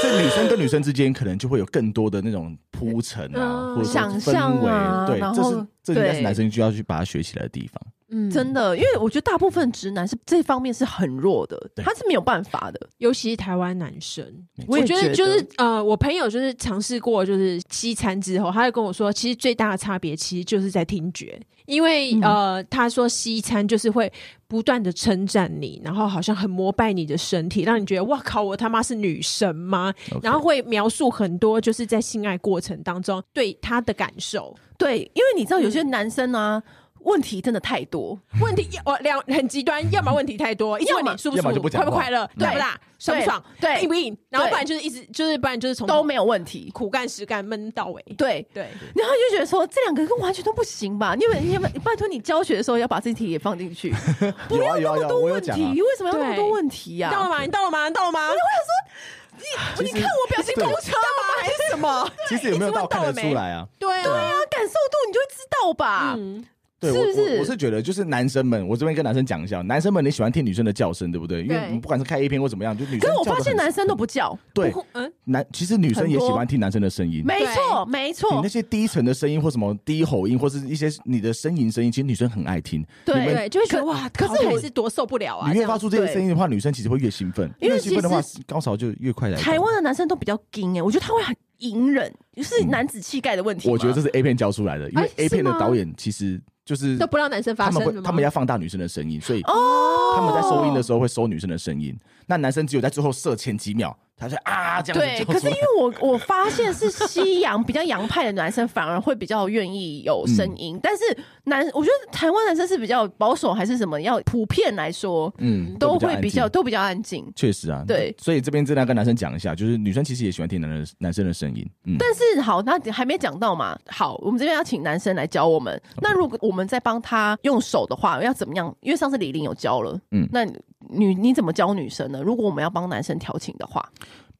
[SPEAKER 3] 所以女生跟女生之间可能就会有更多的那种铺陈啊，
[SPEAKER 2] 嗯
[SPEAKER 3] 或者说
[SPEAKER 1] 想
[SPEAKER 3] 氛
[SPEAKER 1] 象
[SPEAKER 3] 围，
[SPEAKER 1] 啊
[SPEAKER 3] 对，
[SPEAKER 1] 然
[SPEAKER 3] 这
[SPEAKER 1] 后
[SPEAKER 3] 是这应该是
[SPEAKER 1] 对
[SPEAKER 3] 男生就要去把它学起来的地方。
[SPEAKER 2] 嗯
[SPEAKER 1] 真的，因为我觉得大部分直男是这方面是很弱的，
[SPEAKER 3] 对
[SPEAKER 1] 他是没有办法的。
[SPEAKER 2] 尤其是台湾男生，
[SPEAKER 1] 我也
[SPEAKER 2] 觉
[SPEAKER 1] 觉
[SPEAKER 2] 得
[SPEAKER 1] 得
[SPEAKER 2] 就是呃，我朋友就是尝试过，就是西餐之后，他就跟我说，其实最大的差别其实就是在听觉，因为、
[SPEAKER 1] 嗯
[SPEAKER 2] 呃，他说西餐就是会不断的称赞你，然后好像很膜拜你的身体，让你觉得哇靠，我他妈是女神吗？
[SPEAKER 3] OK
[SPEAKER 2] 然后会描述很多就是在性爱过程当中对他的感受，
[SPEAKER 1] <laughs>
[SPEAKER 2] 嗯
[SPEAKER 1] 对，因为你知道有些男生啊。问题真的太多，
[SPEAKER 2] 问题我两很极端，要么问题太多，一直问
[SPEAKER 1] 要
[SPEAKER 2] 你
[SPEAKER 1] 么
[SPEAKER 2] 舒不
[SPEAKER 3] 要
[SPEAKER 2] 舒
[SPEAKER 3] 么就
[SPEAKER 2] 服，
[SPEAKER 3] 不讲
[SPEAKER 2] 快不
[SPEAKER 3] 话
[SPEAKER 2] 快乐，
[SPEAKER 3] 对
[SPEAKER 2] 对不啦，爽不
[SPEAKER 1] 对
[SPEAKER 2] 爽，
[SPEAKER 1] 对
[SPEAKER 2] 硬不硬，然后
[SPEAKER 1] 对
[SPEAKER 2] 不然就是一直就是不然就是从
[SPEAKER 1] 都没有问题。
[SPEAKER 2] 苦干实干闷到尾，
[SPEAKER 1] 对，
[SPEAKER 2] 对，
[SPEAKER 1] 然后就觉得说这两个跟完全都不行吧？因为你有没有拜托你教学的时候要把这题也放进
[SPEAKER 3] <laughs>
[SPEAKER 1] 去，不
[SPEAKER 3] 有啊
[SPEAKER 1] 要那
[SPEAKER 3] 有啊有
[SPEAKER 1] 么
[SPEAKER 3] 啊
[SPEAKER 1] 多
[SPEAKER 3] 我有
[SPEAKER 1] 问题，
[SPEAKER 3] 讲啊
[SPEAKER 1] 为什么要那么多
[SPEAKER 2] 对
[SPEAKER 1] 问题呀、
[SPEAKER 2] 你到了吗？你到了吗？你到了吗？你
[SPEAKER 3] 其
[SPEAKER 1] 哦
[SPEAKER 3] 实
[SPEAKER 1] 你看我表情啊
[SPEAKER 3] 对
[SPEAKER 1] 公车吗？还是什么？
[SPEAKER 3] 其实有没有到看得出来啊？
[SPEAKER 2] 对啊，
[SPEAKER 1] 那感受度你就会知道吧？
[SPEAKER 2] 嗯，
[SPEAKER 3] 对，
[SPEAKER 1] 是
[SPEAKER 3] 我
[SPEAKER 1] 不是
[SPEAKER 3] 我我是觉得就是男生们，我这边跟男生讲一下，男生们你喜欢听女生的叫声，对不对？因为
[SPEAKER 1] 对
[SPEAKER 3] 我们不管是看 A 片或怎么样，就女生
[SPEAKER 1] 可
[SPEAKER 3] 叫
[SPEAKER 1] 是
[SPEAKER 3] 得
[SPEAKER 1] 我
[SPEAKER 3] 很。
[SPEAKER 1] 发现男生都不叫，
[SPEAKER 3] 对
[SPEAKER 2] 不嗯，
[SPEAKER 3] 男，其实女生也喜欢听男生的声音。
[SPEAKER 1] 没错，没
[SPEAKER 3] 哎你
[SPEAKER 1] 错 <laughs>
[SPEAKER 3] 那，些低沉的声音或什么低吼音，或是一些你的呻吟声音，其实女生很爱听。你们
[SPEAKER 1] 对。
[SPEAKER 2] 对，就会觉得
[SPEAKER 1] 可
[SPEAKER 2] 哇，
[SPEAKER 1] 可
[SPEAKER 2] 哎可
[SPEAKER 1] 是
[SPEAKER 2] 是
[SPEAKER 1] 我
[SPEAKER 2] 还是多受不了啊！这
[SPEAKER 3] 你越
[SPEAKER 2] 样
[SPEAKER 3] 发出这些
[SPEAKER 1] 对
[SPEAKER 3] 声音的话，女生其实会越兴奋，
[SPEAKER 1] 因为
[SPEAKER 3] 越兴奋的话
[SPEAKER 1] 其，
[SPEAKER 3] 高潮就越快来。
[SPEAKER 1] 台湾的男生都比较硬哎、我觉得他会很隐忍，就是男子气概的问题吗。
[SPEAKER 3] 嗯我觉得这是 A 片教出来的，因为
[SPEAKER 2] 哎
[SPEAKER 3] A 片的
[SPEAKER 2] 是吗
[SPEAKER 3] 导演其实就是
[SPEAKER 2] 都不让男生发
[SPEAKER 3] 他
[SPEAKER 2] 声
[SPEAKER 3] 们
[SPEAKER 2] 的吗
[SPEAKER 3] 会，他们要放大女生的声音，所以
[SPEAKER 1] 哦，
[SPEAKER 3] 他们在收音的时候会收女生的声音，那男生只有在最后射前几秒，他就啊这样
[SPEAKER 1] 对，
[SPEAKER 3] 子
[SPEAKER 1] 可
[SPEAKER 3] 叫
[SPEAKER 1] 是
[SPEAKER 3] 出
[SPEAKER 1] 因
[SPEAKER 3] 来。 <laughs>
[SPEAKER 1] 为我我发现是西洋比较洋派的男生反而会比较愿意有声音，
[SPEAKER 3] 嗯
[SPEAKER 1] 但是男我觉得台湾男生是比较保守还是什么，要普遍来说
[SPEAKER 3] 嗯
[SPEAKER 1] 都
[SPEAKER 3] 都比较
[SPEAKER 1] 会
[SPEAKER 3] 安
[SPEAKER 1] 比较
[SPEAKER 3] 静
[SPEAKER 1] 都比较安静。
[SPEAKER 3] 确实啊，
[SPEAKER 1] 对
[SPEAKER 3] 所以这边真的要跟男生讲一下，就是女生其实也喜欢听男人男生的声音，嗯，
[SPEAKER 1] 但是好，那还没讲到嘛。好，我们这边要请男生来教我们。那如果我们在帮他用手的话，要怎么样？因为上次李玲有教了，嗯
[SPEAKER 3] 嗯，
[SPEAKER 1] 那女你怎么教女生呢？如果我们要帮男生调情的话，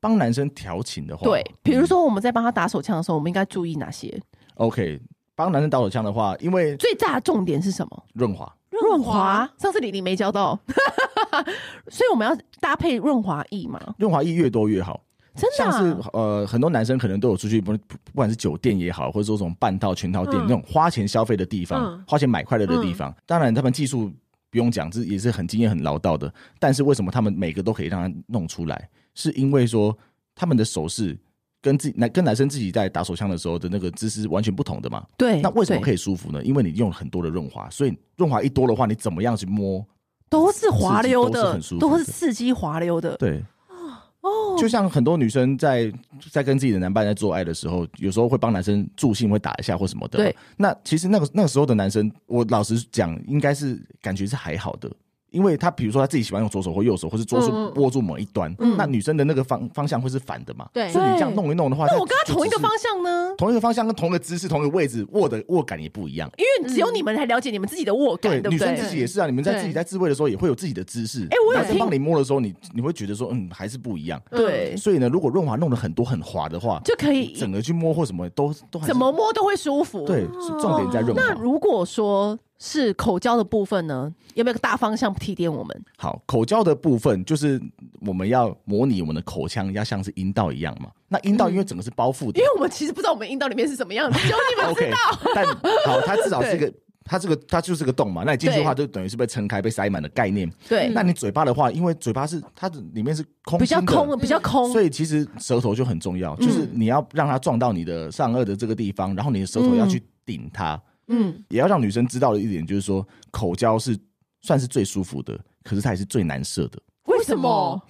[SPEAKER 3] 帮男生调情的话，
[SPEAKER 1] 对，比如说我们在帮他打手枪的时候，我们应该注意哪些？
[SPEAKER 3] OK，帮男生打手枪的话，因为
[SPEAKER 1] 最大的重点是什么？
[SPEAKER 3] 润滑，
[SPEAKER 1] 润滑，上次李玲没教到， <laughs> 所以我们要搭配润滑液嘛？
[SPEAKER 3] 润滑液越多越好。
[SPEAKER 1] 真的
[SPEAKER 3] 像
[SPEAKER 1] 啊、
[SPEAKER 3] 是呃，很多男生可能都有出去，不不不管是酒店也好，或者说这种半套、全套店、
[SPEAKER 2] 嗯
[SPEAKER 3] 那种花钱消费的地方，
[SPEAKER 2] 嗯
[SPEAKER 3] 花钱买快乐的地方。当然，他们技术不用讲，这也是很经验、很唠叨的。但是为什么他们每个都可以让他弄出来？是因为说他们的手势跟自己男跟男生自己在打手枪的时候的那个姿势完全不同的嘛。
[SPEAKER 1] 对，
[SPEAKER 3] 那为什么
[SPEAKER 1] 对
[SPEAKER 3] 可以舒服呢？因为你用了很多的润滑，所以润滑一多的话，你怎么样去摸？
[SPEAKER 1] 都是滑溜
[SPEAKER 3] 都是
[SPEAKER 1] 的
[SPEAKER 3] 很舒，服的
[SPEAKER 1] 都是刺激滑溜的，
[SPEAKER 3] 对，
[SPEAKER 1] 哦，
[SPEAKER 3] 就像很多女生在在跟自己的男伴在做爱的时候，有时候会帮男生助兴，会打一下或什么的。
[SPEAKER 1] 对，
[SPEAKER 3] 那其实那个那个时候的男生，我老实讲，应该是感觉是还好的。因为他比如说他自己喜欢用左手或右手，或是左
[SPEAKER 2] 嗯
[SPEAKER 3] 手
[SPEAKER 2] 嗯
[SPEAKER 3] 握住某一端，
[SPEAKER 1] 嗯
[SPEAKER 3] 那女生的那个方方向会是反的嘛？
[SPEAKER 2] 对
[SPEAKER 3] 所以你这样弄一弄的话，
[SPEAKER 1] 那
[SPEAKER 3] 她
[SPEAKER 1] 我跟他
[SPEAKER 3] 就
[SPEAKER 1] 同一个
[SPEAKER 3] 只是
[SPEAKER 1] 方向呢？
[SPEAKER 3] 同一个方向跟同一个姿势、同一个位置握的握感也不一样。
[SPEAKER 1] 因为只有
[SPEAKER 2] 嗯
[SPEAKER 1] 你们才了解你们自己的握感，对不
[SPEAKER 3] 女
[SPEAKER 1] 对
[SPEAKER 3] 生？自己也是啊，你们在
[SPEAKER 2] 对
[SPEAKER 3] 自己在自慰的时候也会有自己的姿势。
[SPEAKER 1] 哎我有
[SPEAKER 3] 男生
[SPEAKER 1] 听
[SPEAKER 3] 帮你摸的时候，你你会觉得说，嗯，还是不一样。
[SPEAKER 1] 对，
[SPEAKER 3] 所以呢，如果润滑弄得很多很滑的话，
[SPEAKER 1] 就可以
[SPEAKER 3] 嗯整个去摸或什么都都还是
[SPEAKER 1] 怎么摸都会舒服。
[SPEAKER 3] 对，是重点在润
[SPEAKER 1] 那
[SPEAKER 3] 滑。
[SPEAKER 1] 如果说是口交的部分呢，有没有个大方向提点我们？
[SPEAKER 3] 好，口交的部分就是我们要模拟我们的口腔要像是阴道一样嘛。那阴道因为整个是包覆
[SPEAKER 1] 嗯
[SPEAKER 3] 的
[SPEAKER 1] 因，为我们其实不知道我们阴道里面是什么样子，只有
[SPEAKER 3] <laughs>
[SPEAKER 1] 你们
[SPEAKER 3] OK，但好，它至少是一个，它这个它就是个洞嘛。那你进去的话，就等于是被撑开、被塞满的概念。
[SPEAKER 1] 对
[SPEAKER 3] 那你嘴巴的话，因为嘴巴是它的里面是空
[SPEAKER 1] 嗯比较
[SPEAKER 3] 心的
[SPEAKER 2] 嗯
[SPEAKER 1] 空，比较空，
[SPEAKER 3] 所以其实舌头就很重要，
[SPEAKER 1] 嗯
[SPEAKER 3] 就是你要让它撞到你的上颚的这个地方，然后你的舌头要去顶它，
[SPEAKER 1] 嗯，
[SPEAKER 3] 也要让女生知道的一点就是说，口交是算是最舒服的，可是它也是最难射的，
[SPEAKER 1] 为
[SPEAKER 2] 什么？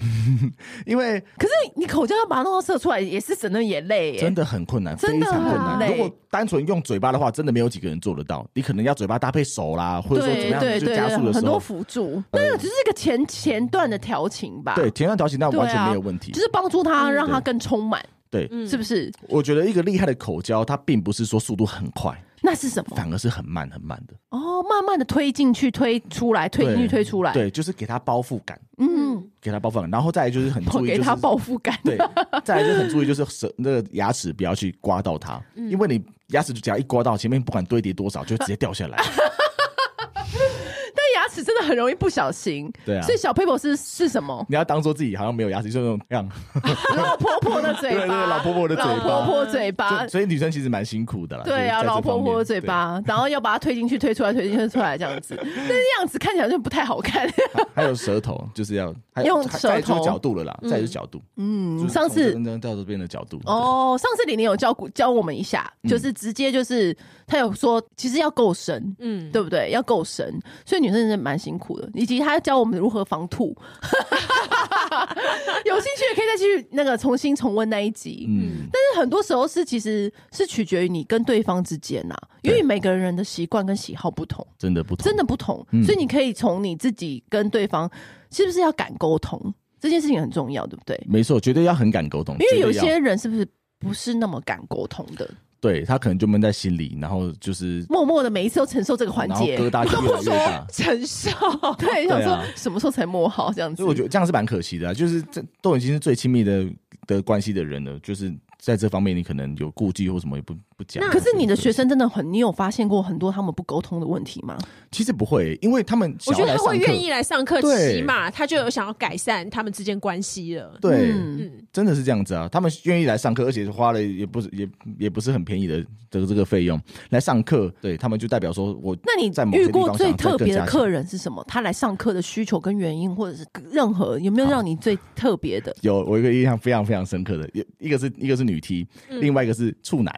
[SPEAKER 3] 因为
[SPEAKER 1] 可是你口交要把它弄到射出来，也是省了眼泪耶
[SPEAKER 3] 真。的很困难，
[SPEAKER 1] 真
[SPEAKER 3] 非
[SPEAKER 1] 的
[SPEAKER 3] 常困难。
[SPEAKER 1] 很累
[SPEAKER 3] 如果单纯用嘴巴的话，真的没有几个人做得到，你可能要嘴巴搭配手啦，或者说怎么
[SPEAKER 1] 对
[SPEAKER 3] 样就
[SPEAKER 1] 对
[SPEAKER 3] 加速
[SPEAKER 1] 对，
[SPEAKER 3] 的
[SPEAKER 1] 很
[SPEAKER 3] 时
[SPEAKER 1] 多
[SPEAKER 3] 候，嗯
[SPEAKER 1] 辅助，那个只是一个前前段的调情吧？
[SPEAKER 3] 对，前段调情那
[SPEAKER 1] 对啊，
[SPEAKER 3] 完全没有问题
[SPEAKER 1] 就。是帮助他
[SPEAKER 2] 嗯
[SPEAKER 1] 让他更充满，
[SPEAKER 3] 对，
[SPEAKER 2] 嗯
[SPEAKER 1] 是不是？
[SPEAKER 3] 我觉得一个厉害的口交，它并不是说速度很快，
[SPEAKER 1] 那是什么？
[SPEAKER 3] 反而是很慢很慢的。
[SPEAKER 1] 哦，慢慢的推进去，推出来，推进去，
[SPEAKER 3] 对
[SPEAKER 1] 推出来。，
[SPEAKER 3] 对，就是给它包覆感，
[SPEAKER 1] 嗯，
[SPEAKER 3] 给它包覆感，然后再来就是很
[SPEAKER 1] 我
[SPEAKER 3] 注意，
[SPEAKER 1] 给
[SPEAKER 3] 就是
[SPEAKER 1] 他报复感。
[SPEAKER 3] 对，再来就是很注意，就是舌那个牙齿不要去刮到它，因为你牙齿只要一刮到，前面不管堆叠多少，就直接掉下来。
[SPEAKER 1] 但牙齿真的很容易不小心。
[SPEAKER 3] 对啊
[SPEAKER 1] 所以小 paper 是是什么？
[SPEAKER 3] 你要当做自己好像没有牙齿，就那种样。
[SPEAKER 1] 老婆婆的嘴巴，
[SPEAKER 3] 对对，老婆婆的嘴
[SPEAKER 1] 老婆
[SPEAKER 3] 巴。
[SPEAKER 1] 婆嘴巴
[SPEAKER 3] 就。所以女生其实蛮辛苦的啦。
[SPEAKER 1] 对啊，
[SPEAKER 3] 就是在这
[SPEAKER 1] 老婆
[SPEAKER 3] 方面
[SPEAKER 1] 婆嘴。巴，然后要把它推进去，推出来，推进去，推出来这样子，那那样子看起来就不太好看。
[SPEAKER 3] 对还有舌头，就是要还有
[SPEAKER 1] 用
[SPEAKER 3] 还
[SPEAKER 1] 舌头
[SPEAKER 3] 再来就是角度了啦，再来就是角度。嗯，
[SPEAKER 1] 上次
[SPEAKER 3] 真正到这边的角度。哦，
[SPEAKER 1] 哦，上次李玲有教教我们一下，就是直接就是他有说，其实要够深，
[SPEAKER 2] 嗯，
[SPEAKER 1] 对不对？要够深，
[SPEAKER 3] <laughs>
[SPEAKER 1] 所以女生真的蛮辛苦的，以及他教我们如何防吐，有兴趣也可以再继续那个重新重温那一集。
[SPEAKER 3] 嗯，
[SPEAKER 1] 但是很多时候是其实是取决于你跟对方之间呐、因为每个人的习惯跟喜好不同，
[SPEAKER 3] 真的不同，
[SPEAKER 1] 真的不同，
[SPEAKER 3] 嗯
[SPEAKER 1] 所以你可以从你自己跟对方是不是要敢沟通这件事情很重要，对不对？
[SPEAKER 3] 没错，绝对要很敢沟通，
[SPEAKER 1] 因为有
[SPEAKER 3] 绝嗯对要
[SPEAKER 1] 些人是不是不是那么敢沟通的，
[SPEAKER 3] 对他可能就闷在心里，然后就是
[SPEAKER 1] 默默的每一次都承受这个环
[SPEAKER 3] 然后
[SPEAKER 1] 节，
[SPEAKER 3] 疙瘩就越来越大。
[SPEAKER 2] 承受。
[SPEAKER 1] <laughs> 对，想
[SPEAKER 3] 对
[SPEAKER 1] 说
[SPEAKER 3] 啊
[SPEAKER 1] 什么时候才摸好这样子
[SPEAKER 3] <laughs> 所以。我觉得这样是蛮可惜的、啊，就是这都已经是最亲密的的关系的人了，就是在这方面你可能有顾忌或什么也不不讲。
[SPEAKER 1] 可是你的学生真的很，你有发现过很多他们不沟通的问题吗？
[SPEAKER 3] 其实不会、因为他们
[SPEAKER 2] 我
[SPEAKER 3] 想
[SPEAKER 2] 觉
[SPEAKER 3] 要
[SPEAKER 2] 得
[SPEAKER 3] 来
[SPEAKER 2] 他
[SPEAKER 3] 上
[SPEAKER 2] 会
[SPEAKER 3] 课
[SPEAKER 2] 愿，意来上课，
[SPEAKER 3] 对
[SPEAKER 2] 起码他就有想要改善他们之间关系了。
[SPEAKER 3] 对，
[SPEAKER 1] 嗯
[SPEAKER 2] 嗯，
[SPEAKER 3] 真的是这样子啊，他们愿意来上课，而且花了也不是也也不是很便宜的的这个费用来上课，对他们就代表说我
[SPEAKER 1] 那你
[SPEAKER 3] 在某些
[SPEAKER 1] 遇
[SPEAKER 3] 地方
[SPEAKER 1] 过最
[SPEAKER 3] 上再
[SPEAKER 1] 特
[SPEAKER 3] 更
[SPEAKER 1] 别的
[SPEAKER 3] 加
[SPEAKER 1] 客
[SPEAKER 3] 强
[SPEAKER 1] 人是什么？他来上课的需求跟原因，或者是任何有没有让你最特别的？
[SPEAKER 3] 有我有一个印象非常非常深刻的，有一个是一个是女 T，、另
[SPEAKER 1] 嗯
[SPEAKER 3] 外一个是处男。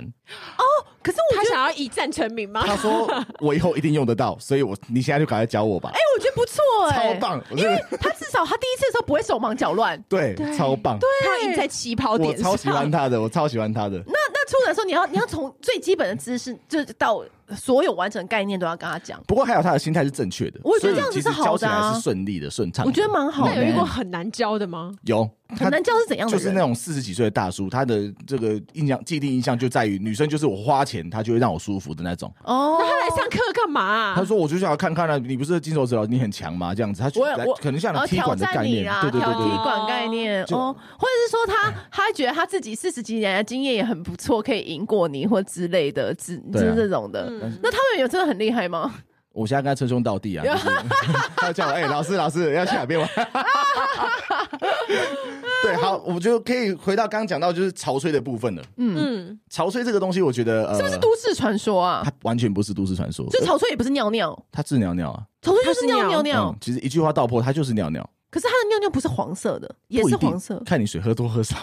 [SPEAKER 1] 可是
[SPEAKER 2] 他想要一战成名吗？
[SPEAKER 3] <laughs> 他说我以后一定用得到，所以我你现在就赶快教我吧，
[SPEAKER 1] 哎，我觉得不错哎，
[SPEAKER 3] 超棒，我
[SPEAKER 1] 因
[SPEAKER 3] 觉得
[SPEAKER 1] 为他至少他第一次的时候不会手忙脚乱。
[SPEAKER 3] 对
[SPEAKER 2] 对
[SPEAKER 3] 超棒，
[SPEAKER 2] 他赢在起跑
[SPEAKER 3] 我
[SPEAKER 2] 点上。
[SPEAKER 3] 超喜欢他的，我超喜欢他的。
[SPEAKER 1] 那那出来的时候，你要你要从最基本的知识，就是到所有完整概念都要跟他讲。
[SPEAKER 3] 不过还有他的心态是正确的，
[SPEAKER 1] 我觉得
[SPEAKER 3] 所以
[SPEAKER 1] 这样子
[SPEAKER 3] 其实
[SPEAKER 1] 是好的啊
[SPEAKER 3] 教起来是顺利的、顺畅的。
[SPEAKER 1] 我觉得蛮好
[SPEAKER 2] 那
[SPEAKER 1] 的
[SPEAKER 2] 有遇
[SPEAKER 1] 欸
[SPEAKER 3] 嗯
[SPEAKER 2] 过，很难教的吗？
[SPEAKER 3] 有
[SPEAKER 1] 很
[SPEAKER 3] 他
[SPEAKER 1] 难教是怎样的
[SPEAKER 3] 就
[SPEAKER 1] 人，
[SPEAKER 3] 是那种四十几岁的大叔，他的这个印象既定印象就在于女生就是我花钱，她就会让我舒服的那种。
[SPEAKER 1] 哦，
[SPEAKER 2] 那他来上课干嘛啊？
[SPEAKER 3] 他说：“我就想要看看啊，你不是金手指老师，你很强吗？这样子，他就
[SPEAKER 1] 我
[SPEAKER 3] 来
[SPEAKER 1] 我
[SPEAKER 3] 可能像
[SPEAKER 1] 然后
[SPEAKER 3] 踢
[SPEAKER 1] 哦挑
[SPEAKER 3] 馆的概
[SPEAKER 1] 战你啊
[SPEAKER 3] 念，
[SPEAKER 1] 啦，
[SPEAKER 3] 对对对
[SPEAKER 1] 挑
[SPEAKER 3] 对
[SPEAKER 1] 踢
[SPEAKER 3] 对，
[SPEAKER 1] 馆概念
[SPEAKER 3] 就
[SPEAKER 1] 哦，或者是说他他觉得他自己四十几年的经验也很不错，可以赢过你或之类的，之就
[SPEAKER 3] 对啊
[SPEAKER 1] 是这种的。
[SPEAKER 2] 嗯，
[SPEAKER 1] 那他们有真的很厉害吗？
[SPEAKER 3] 我现在跟他称兄道弟啊，就是 <laughs> 他就叫我哎、老师老师要去海边玩。 <laughs> 对，好，我们就可以回到刚刚讲到就是潮吹的部分了。
[SPEAKER 2] 嗯，
[SPEAKER 3] 潮吹这个东西，我觉得呃，
[SPEAKER 1] 是不是都市传说啊？
[SPEAKER 3] 它完全不是都市传说，
[SPEAKER 1] 就
[SPEAKER 3] 呃
[SPEAKER 1] 草吹也不是尿尿，
[SPEAKER 3] 它是尿尿啊。
[SPEAKER 1] 草吹就是尿
[SPEAKER 2] 它
[SPEAKER 1] 尿
[SPEAKER 2] 是
[SPEAKER 1] 尿
[SPEAKER 3] 嗯，，其实一句话道破，它就是尿尿，
[SPEAKER 1] 可是他的尿尿不是黄色的，也
[SPEAKER 3] 不一
[SPEAKER 1] 是
[SPEAKER 3] 定
[SPEAKER 1] 黄色。
[SPEAKER 3] 看你水喝多喝少，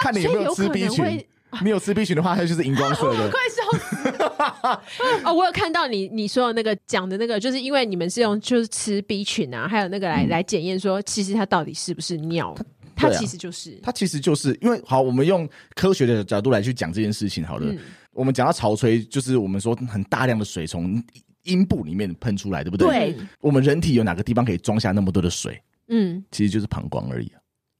[SPEAKER 3] 看你有
[SPEAKER 2] 所以
[SPEAKER 3] 没
[SPEAKER 2] 有
[SPEAKER 3] 吃
[SPEAKER 2] 可
[SPEAKER 3] B
[SPEAKER 2] 能
[SPEAKER 3] 群
[SPEAKER 2] 会。
[SPEAKER 3] 没有吃 B 群的话，它就是荧光
[SPEAKER 1] <laughs>
[SPEAKER 3] 色的。
[SPEAKER 1] 快笑死！
[SPEAKER 2] 哦，我有看到你你说的那个讲的那个，就是因为你们是用就是吃 B 群啊，还有那个来、来检验说，其实它到底是不是尿，它
[SPEAKER 3] 嗯对啊
[SPEAKER 2] 其实就是。
[SPEAKER 3] 它其实就是因为好，我们用科学的角度来去讲这件事情好了。
[SPEAKER 2] 嗯
[SPEAKER 3] 我们讲到潮吹，就是我们说很大量的水从阴部里面喷出来，对不对？
[SPEAKER 1] 对
[SPEAKER 3] 我们人体有哪个地方可以装下那么多的水？
[SPEAKER 2] 嗯，
[SPEAKER 3] 其实就是膀胱而已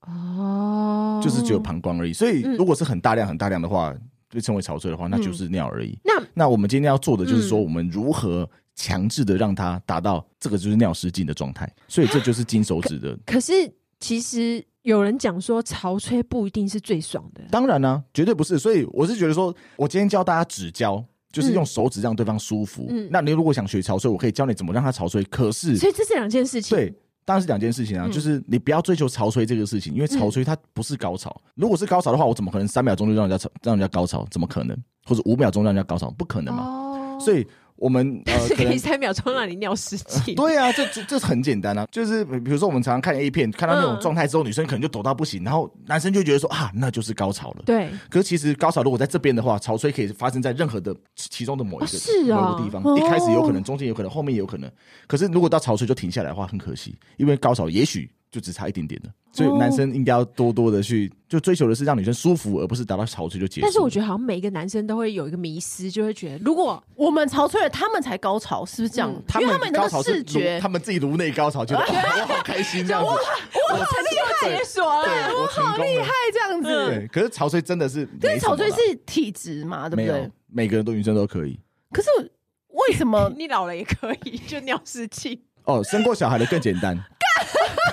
[SPEAKER 3] 啊、
[SPEAKER 2] 哦，
[SPEAKER 3] 就是只有膀胱而已。所以
[SPEAKER 2] 嗯
[SPEAKER 3] 如果是很大量、很大量的话，被称为潮吹的话，那就是尿而已。
[SPEAKER 2] 那
[SPEAKER 3] 那我们今天要做的就是说，
[SPEAKER 2] 嗯
[SPEAKER 3] 我们如何强制的让它达到这个就是尿失禁的状态，所以这就是金手指的。
[SPEAKER 2] 可是其实有人讲说，潮吹不一定是最爽的。
[SPEAKER 3] 当然呢、绝对不是。所以我是觉得说，我今天教大家指教，就是用手指让对方舒服。
[SPEAKER 2] 嗯
[SPEAKER 3] 那你如果想学潮吹，我可以教你怎么让它潮吹。可是，
[SPEAKER 2] 所以这是两件事情。
[SPEAKER 3] 对，当然是两件事情啊，
[SPEAKER 2] 嗯
[SPEAKER 3] 就是你不要追求潮吹这个事情，因为潮吹它不是高潮。如果是高潮的话，我怎么可能三秒钟就让人家潮让人家高潮？怎么可能？或者五秒钟让人家高潮？不可能嘛。
[SPEAKER 2] 哦，
[SPEAKER 3] 所以
[SPEAKER 2] <laughs>
[SPEAKER 3] 我们
[SPEAKER 2] 但
[SPEAKER 3] 呃，
[SPEAKER 2] 是
[SPEAKER 3] 可
[SPEAKER 2] 可以
[SPEAKER 3] 能
[SPEAKER 2] 三秒钟让你尿失禁。
[SPEAKER 3] 对啊，这这这很简单啊，就是比如说我们常常看 A 片，看到那种
[SPEAKER 2] 嗯
[SPEAKER 3] 状态之后，女生可能就抖到不行，然后男生就觉得说啊，那就是高潮了。
[SPEAKER 2] 对
[SPEAKER 3] 可是其实高潮如果在这边的话，潮吹可以发生在任何的其其中的某一个、
[SPEAKER 2] 哦是啊
[SPEAKER 3] 某一个地方，
[SPEAKER 1] 哦
[SPEAKER 3] 一开始有可能，中间有可能，后面也有可能。可是如果到潮吹就停下来的话，很可惜，因为高潮也许就只差一点点了。所以
[SPEAKER 1] 哦
[SPEAKER 3] 男生应该要多多的去，就追求的是让女生舒服，而不是达到潮吹就结束。
[SPEAKER 2] 但是我觉得好像每一个男生都会有一个迷失，就会觉得如果
[SPEAKER 1] 我们潮吹了，他们才高潮，是不是这样？
[SPEAKER 3] 嗯他
[SPEAKER 1] 因
[SPEAKER 3] 们
[SPEAKER 1] 为他们
[SPEAKER 3] 高
[SPEAKER 1] 那
[SPEAKER 3] 潮
[SPEAKER 1] 个
[SPEAKER 3] 是
[SPEAKER 1] 视觉
[SPEAKER 3] 颅，他们自己颅内高潮，觉得、哦、我好开
[SPEAKER 1] <laughs>
[SPEAKER 3] 心这样子，
[SPEAKER 1] 我很厉害，
[SPEAKER 2] 锁
[SPEAKER 3] 对，我成功了。
[SPEAKER 1] 这样子。
[SPEAKER 2] 嗯
[SPEAKER 3] 对，可是潮吹真的是没什么啦，
[SPEAKER 1] 但是潮吹是体质嘛，对
[SPEAKER 3] 没
[SPEAKER 1] 不
[SPEAKER 3] 有
[SPEAKER 1] 对？
[SPEAKER 3] 每个人都女生都可以
[SPEAKER 1] 可是为
[SPEAKER 3] <laughs>
[SPEAKER 1] 什么
[SPEAKER 2] 你老了也可以，就尿失禁，
[SPEAKER 3] 哦，生过小孩的更简单。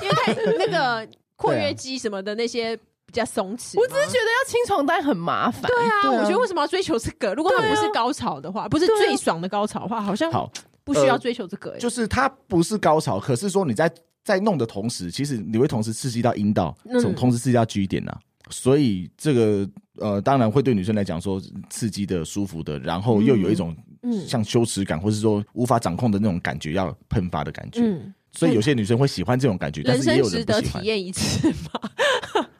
[SPEAKER 2] 因为他那个括
[SPEAKER 3] 啊
[SPEAKER 2] 约肌什么的那些比较松弛嘛。
[SPEAKER 1] 我只是觉得要清床单很麻烦？
[SPEAKER 2] 对啊，
[SPEAKER 3] 对啊
[SPEAKER 2] 我觉得为什么要追求这个？如果他
[SPEAKER 1] 对啊
[SPEAKER 2] 不是高潮的话，不是
[SPEAKER 1] 对啊
[SPEAKER 2] 最爽的高潮的话，好像
[SPEAKER 3] 好，呃
[SPEAKER 2] 不需要追求这个欸。
[SPEAKER 3] 就是它不是高潮，可是说你在在弄的同时，其实你会同时刺激到阴道，
[SPEAKER 2] 嗯
[SPEAKER 3] 同同时刺激到 G 点呐、所以这个呃，当然会对女生来讲说刺激的、舒服的，然后又有一种
[SPEAKER 2] 嗯
[SPEAKER 3] 像羞耻感，或是说无法掌控的那种感觉要喷发的感觉。
[SPEAKER 2] 嗯，
[SPEAKER 3] 所以有些女生会喜欢这种感觉，但
[SPEAKER 2] 人
[SPEAKER 3] 是也
[SPEAKER 2] 生
[SPEAKER 3] 有
[SPEAKER 2] 值
[SPEAKER 3] 人不
[SPEAKER 2] 得
[SPEAKER 3] 喜
[SPEAKER 2] 体
[SPEAKER 3] 欢。
[SPEAKER 2] 验一次
[SPEAKER 1] <laughs>
[SPEAKER 2] 嘛。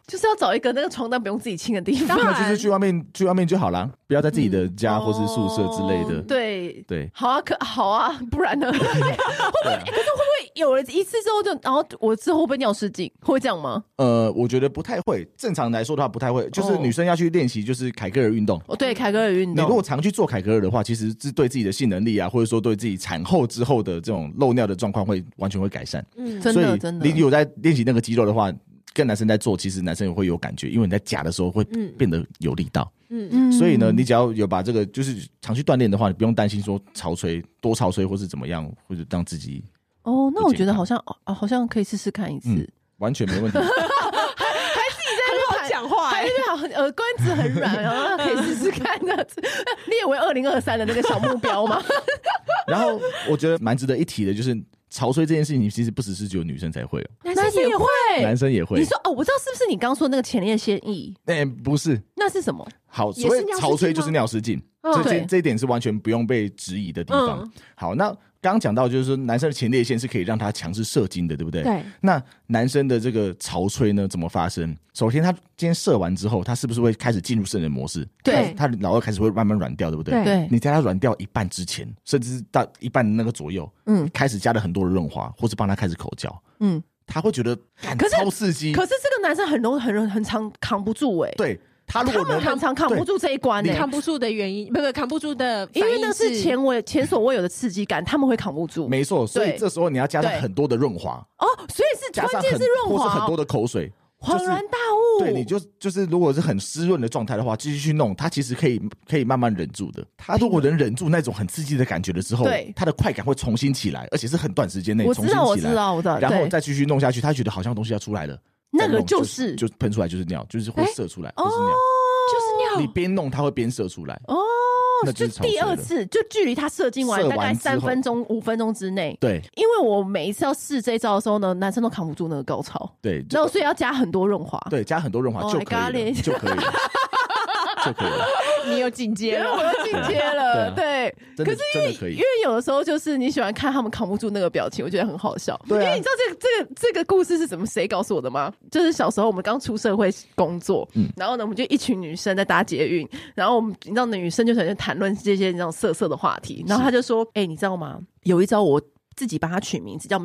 [SPEAKER 1] 就是要找一个那个床单不用自己清的地方
[SPEAKER 2] 当，
[SPEAKER 3] 那
[SPEAKER 2] 然
[SPEAKER 3] 就是去外面，去外面就好啦，不要在自己的家
[SPEAKER 2] 嗯
[SPEAKER 3] 或是宿舍之类的。
[SPEAKER 1] 哦对。
[SPEAKER 3] 对，
[SPEAKER 2] <laughs>
[SPEAKER 1] 好啊，可好啊，不然呢？会不会、
[SPEAKER 3] 对啊
[SPEAKER 1] 可是会不会有了一次之后就，然后我之后会不会尿失禁？会这样吗？
[SPEAKER 3] 呃，我觉得不太会。正常来说的话，不太会。就是
[SPEAKER 1] 哦
[SPEAKER 3] 女生要去练习，就是凯格尔运动。
[SPEAKER 1] 哦，对，凯格尔运
[SPEAKER 3] 你如
[SPEAKER 1] 动
[SPEAKER 3] 果，常去做凯格尔的话，其实是对自己的性能力啊，或者说对自己产后之后的这种漏尿的状况会完全会改善。
[SPEAKER 2] 嗯
[SPEAKER 1] 真
[SPEAKER 3] 所以
[SPEAKER 1] 的真的
[SPEAKER 3] 你，有在练习那个肌肉的话，跟男生在做，其实男生也会有感觉，因为你在夹的时候会
[SPEAKER 2] 嗯
[SPEAKER 3] 变得有力道。
[SPEAKER 2] 嗯
[SPEAKER 1] 嗯
[SPEAKER 3] 所以呢，你只要有把这个就是常去锻炼的话，你不用担心说潮吹多潮吹或是怎么样，或者让自己
[SPEAKER 1] 哦，那我觉
[SPEAKER 3] 不健
[SPEAKER 1] 得
[SPEAKER 3] 康
[SPEAKER 1] 好像哦，好像可以试试看一次。
[SPEAKER 3] 嗯完全没问题。
[SPEAKER 2] <laughs> 很好讲话
[SPEAKER 1] 还
[SPEAKER 2] 欸
[SPEAKER 1] 是好呃关子很软，然后可以试试
[SPEAKER 3] 啊
[SPEAKER 1] 看这样子，列为二零二三的那个小目标吗？
[SPEAKER 3] 然后我觉得蛮值得一提的就是潮吹这件事情，其实不只是只有女生才会哦，
[SPEAKER 2] <laughs> 男生也会，
[SPEAKER 3] 男生也会
[SPEAKER 1] 你。说哦，我知道是不是你刚说那个前列腺液？
[SPEAKER 3] 哎、不是，
[SPEAKER 1] 那是什么？
[SPEAKER 3] 好，
[SPEAKER 2] 也是
[SPEAKER 3] 所谓
[SPEAKER 2] 尿失
[SPEAKER 3] 潮吹
[SPEAKER 2] 禁
[SPEAKER 3] 就是
[SPEAKER 2] 吗
[SPEAKER 3] 尿失禁，
[SPEAKER 2] 嗯
[SPEAKER 3] 这
[SPEAKER 1] 对
[SPEAKER 3] 这这一点是完全不用被质疑的地方。
[SPEAKER 2] 嗯
[SPEAKER 3] 好，那刚刚讲到就是说男生的前列腺是可以让他强制射精的，对不对？
[SPEAKER 2] 对，
[SPEAKER 3] 那男生的这个潮吹呢，怎么发生？首先，他今天射完之后，他是不是会开始进入圣人模式？
[SPEAKER 1] 对
[SPEAKER 3] 他的脑袋开始会慢慢软掉，对不对？
[SPEAKER 2] 对
[SPEAKER 1] 对，
[SPEAKER 3] 你在它软掉一半之前，甚至是到一半那个左右，
[SPEAKER 1] 嗯
[SPEAKER 3] 开始加了很多的润滑，或是帮他开始口交，
[SPEAKER 1] 嗯。
[SPEAKER 3] 他会觉得感
[SPEAKER 1] 可是
[SPEAKER 3] 超刺激。
[SPEAKER 1] 可是这个男生很容很容很常扛不住哎、
[SPEAKER 3] 对他如
[SPEAKER 1] 他
[SPEAKER 3] 果
[SPEAKER 1] 们
[SPEAKER 3] 能
[SPEAKER 1] 很常扛不住这一关哎、
[SPEAKER 2] 扛不住的原因，不不扛不住的反
[SPEAKER 1] 因
[SPEAKER 2] 应，
[SPEAKER 1] 为那是前为前所未有的刺激感，他们会扛不住。
[SPEAKER 3] 没错，所以
[SPEAKER 1] 对
[SPEAKER 3] 这时候你要加上
[SPEAKER 1] 对
[SPEAKER 3] 很多的润滑，
[SPEAKER 1] 哦，所以是
[SPEAKER 3] 加上
[SPEAKER 1] 关
[SPEAKER 3] 很
[SPEAKER 1] 键是润
[SPEAKER 3] 或
[SPEAKER 1] 滑
[SPEAKER 3] 是很多
[SPEAKER 1] 哦，
[SPEAKER 3] 的口水，就是
[SPEAKER 1] 恍然大悟。
[SPEAKER 3] 对，你就就是如果是很湿润的状态的话，继续去弄，它其实可以可以慢慢忍住的。它如果能忍住那种很刺激的感觉的时候
[SPEAKER 1] 对，
[SPEAKER 3] 它的快感会重新起来，而且是很短时间内
[SPEAKER 1] 我
[SPEAKER 3] 重
[SPEAKER 1] 知
[SPEAKER 3] 新
[SPEAKER 1] 道，我
[SPEAKER 3] 起
[SPEAKER 1] 知
[SPEAKER 3] 来，
[SPEAKER 1] 道，我知道。
[SPEAKER 3] 然后
[SPEAKER 1] 对
[SPEAKER 3] 再继续弄下去，他觉得好像东西要出来了，
[SPEAKER 1] 那
[SPEAKER 3] 再
[SPEAKER 1] 个
[SPEAKER 3] 弄
[SPEAKER 1] 就
[SPEAKER 3] 就是就喷出来就是尿，就是会
[SPEAKER 2] 哎
[SPEAKER 3] 射出来，
[SPEAKER 1] 哦
[SPEAKER 3] 就是尿。
[SPEAKER 2] 就是
[SPEAKER 3] 你
[SPEAKER 2] 尿，
[SPEAKER 3] 边弄它会边射出来，
[SPEAKER 1] 哦，
[SPEAKER 3] 那
[SPEAKER 1] 就
[SPEAKER 3] 就是潮
[SPEAKER 1] 第
[SPEAKER 3] 水
[SPEAKER 1] 二
[SPEAKER 3] 了
[SPEAKER 1] 次，就距离他射精完
[SPEAKER 3] 射
[SPEAKER 1] 大概
[SPEAKER 3] 完之
[SPEAKER 1] 三
[SPEAKER 3] 后
[SPEAKER 1] 分钟、五分钟之内。
[SPEAKER 3] 对
[SPEAKER 1] 因为我每一次要试这一招的时候呢，男生都扛不住那个高潮，
[SPEAKER 3] 对，
[SPEAKER 1] 然
[SPEAKER 3] 就
[SPEAKER 1] 后所以要加很多润滑。
[SPEAKER 3] 对加很多润滑
[SPEAKER 1] Oh
[SPEAKER 3] 就
[SPEAKER 1] my
[SPEAKER 3] 可以了，
[SPEAKER 1] God
[SPEAKER 3] 就可以了， <laughs> 就可以了， <laughs>
[SPEAKER 2] 你有进阶
[SPEAKER 1] 因为 <laughs> <laughs> 我
[SPEAKER 2] 了，
[SPEAKER 1] 又进阶
[SPEAKER 3] 啊
[SPEAKER 1] 了，对。
[SPEAKER 3] 真
[SPEAKER 1] 可
[SPEAKER 3] 的
[SPEAKER 1] 是因
[SPEAKER 3] 真
[SPEAKER 1] 为
[SPEAKER 3] 的可以
[SPEAKER 1] 因为。有的时候就是你喜欢看他们扛不住那个表情，我觉得很好笑。
[SPEAKER 3] 对啊
[SPEAKER 1] 因为你知道这个这个这个故事是怎么谁告诉我的吗？就是小时候我们刚出社会工作，
[SPEAKER 3] 嗯
[SPEAKER 1] 然后呢我们就一群女生在搭捷运，然后我们你知道女生就喜欢谈论这些那种色色的话题，然后她就说：“哎、你知道吗？有一招我。”自己帮它取名字叫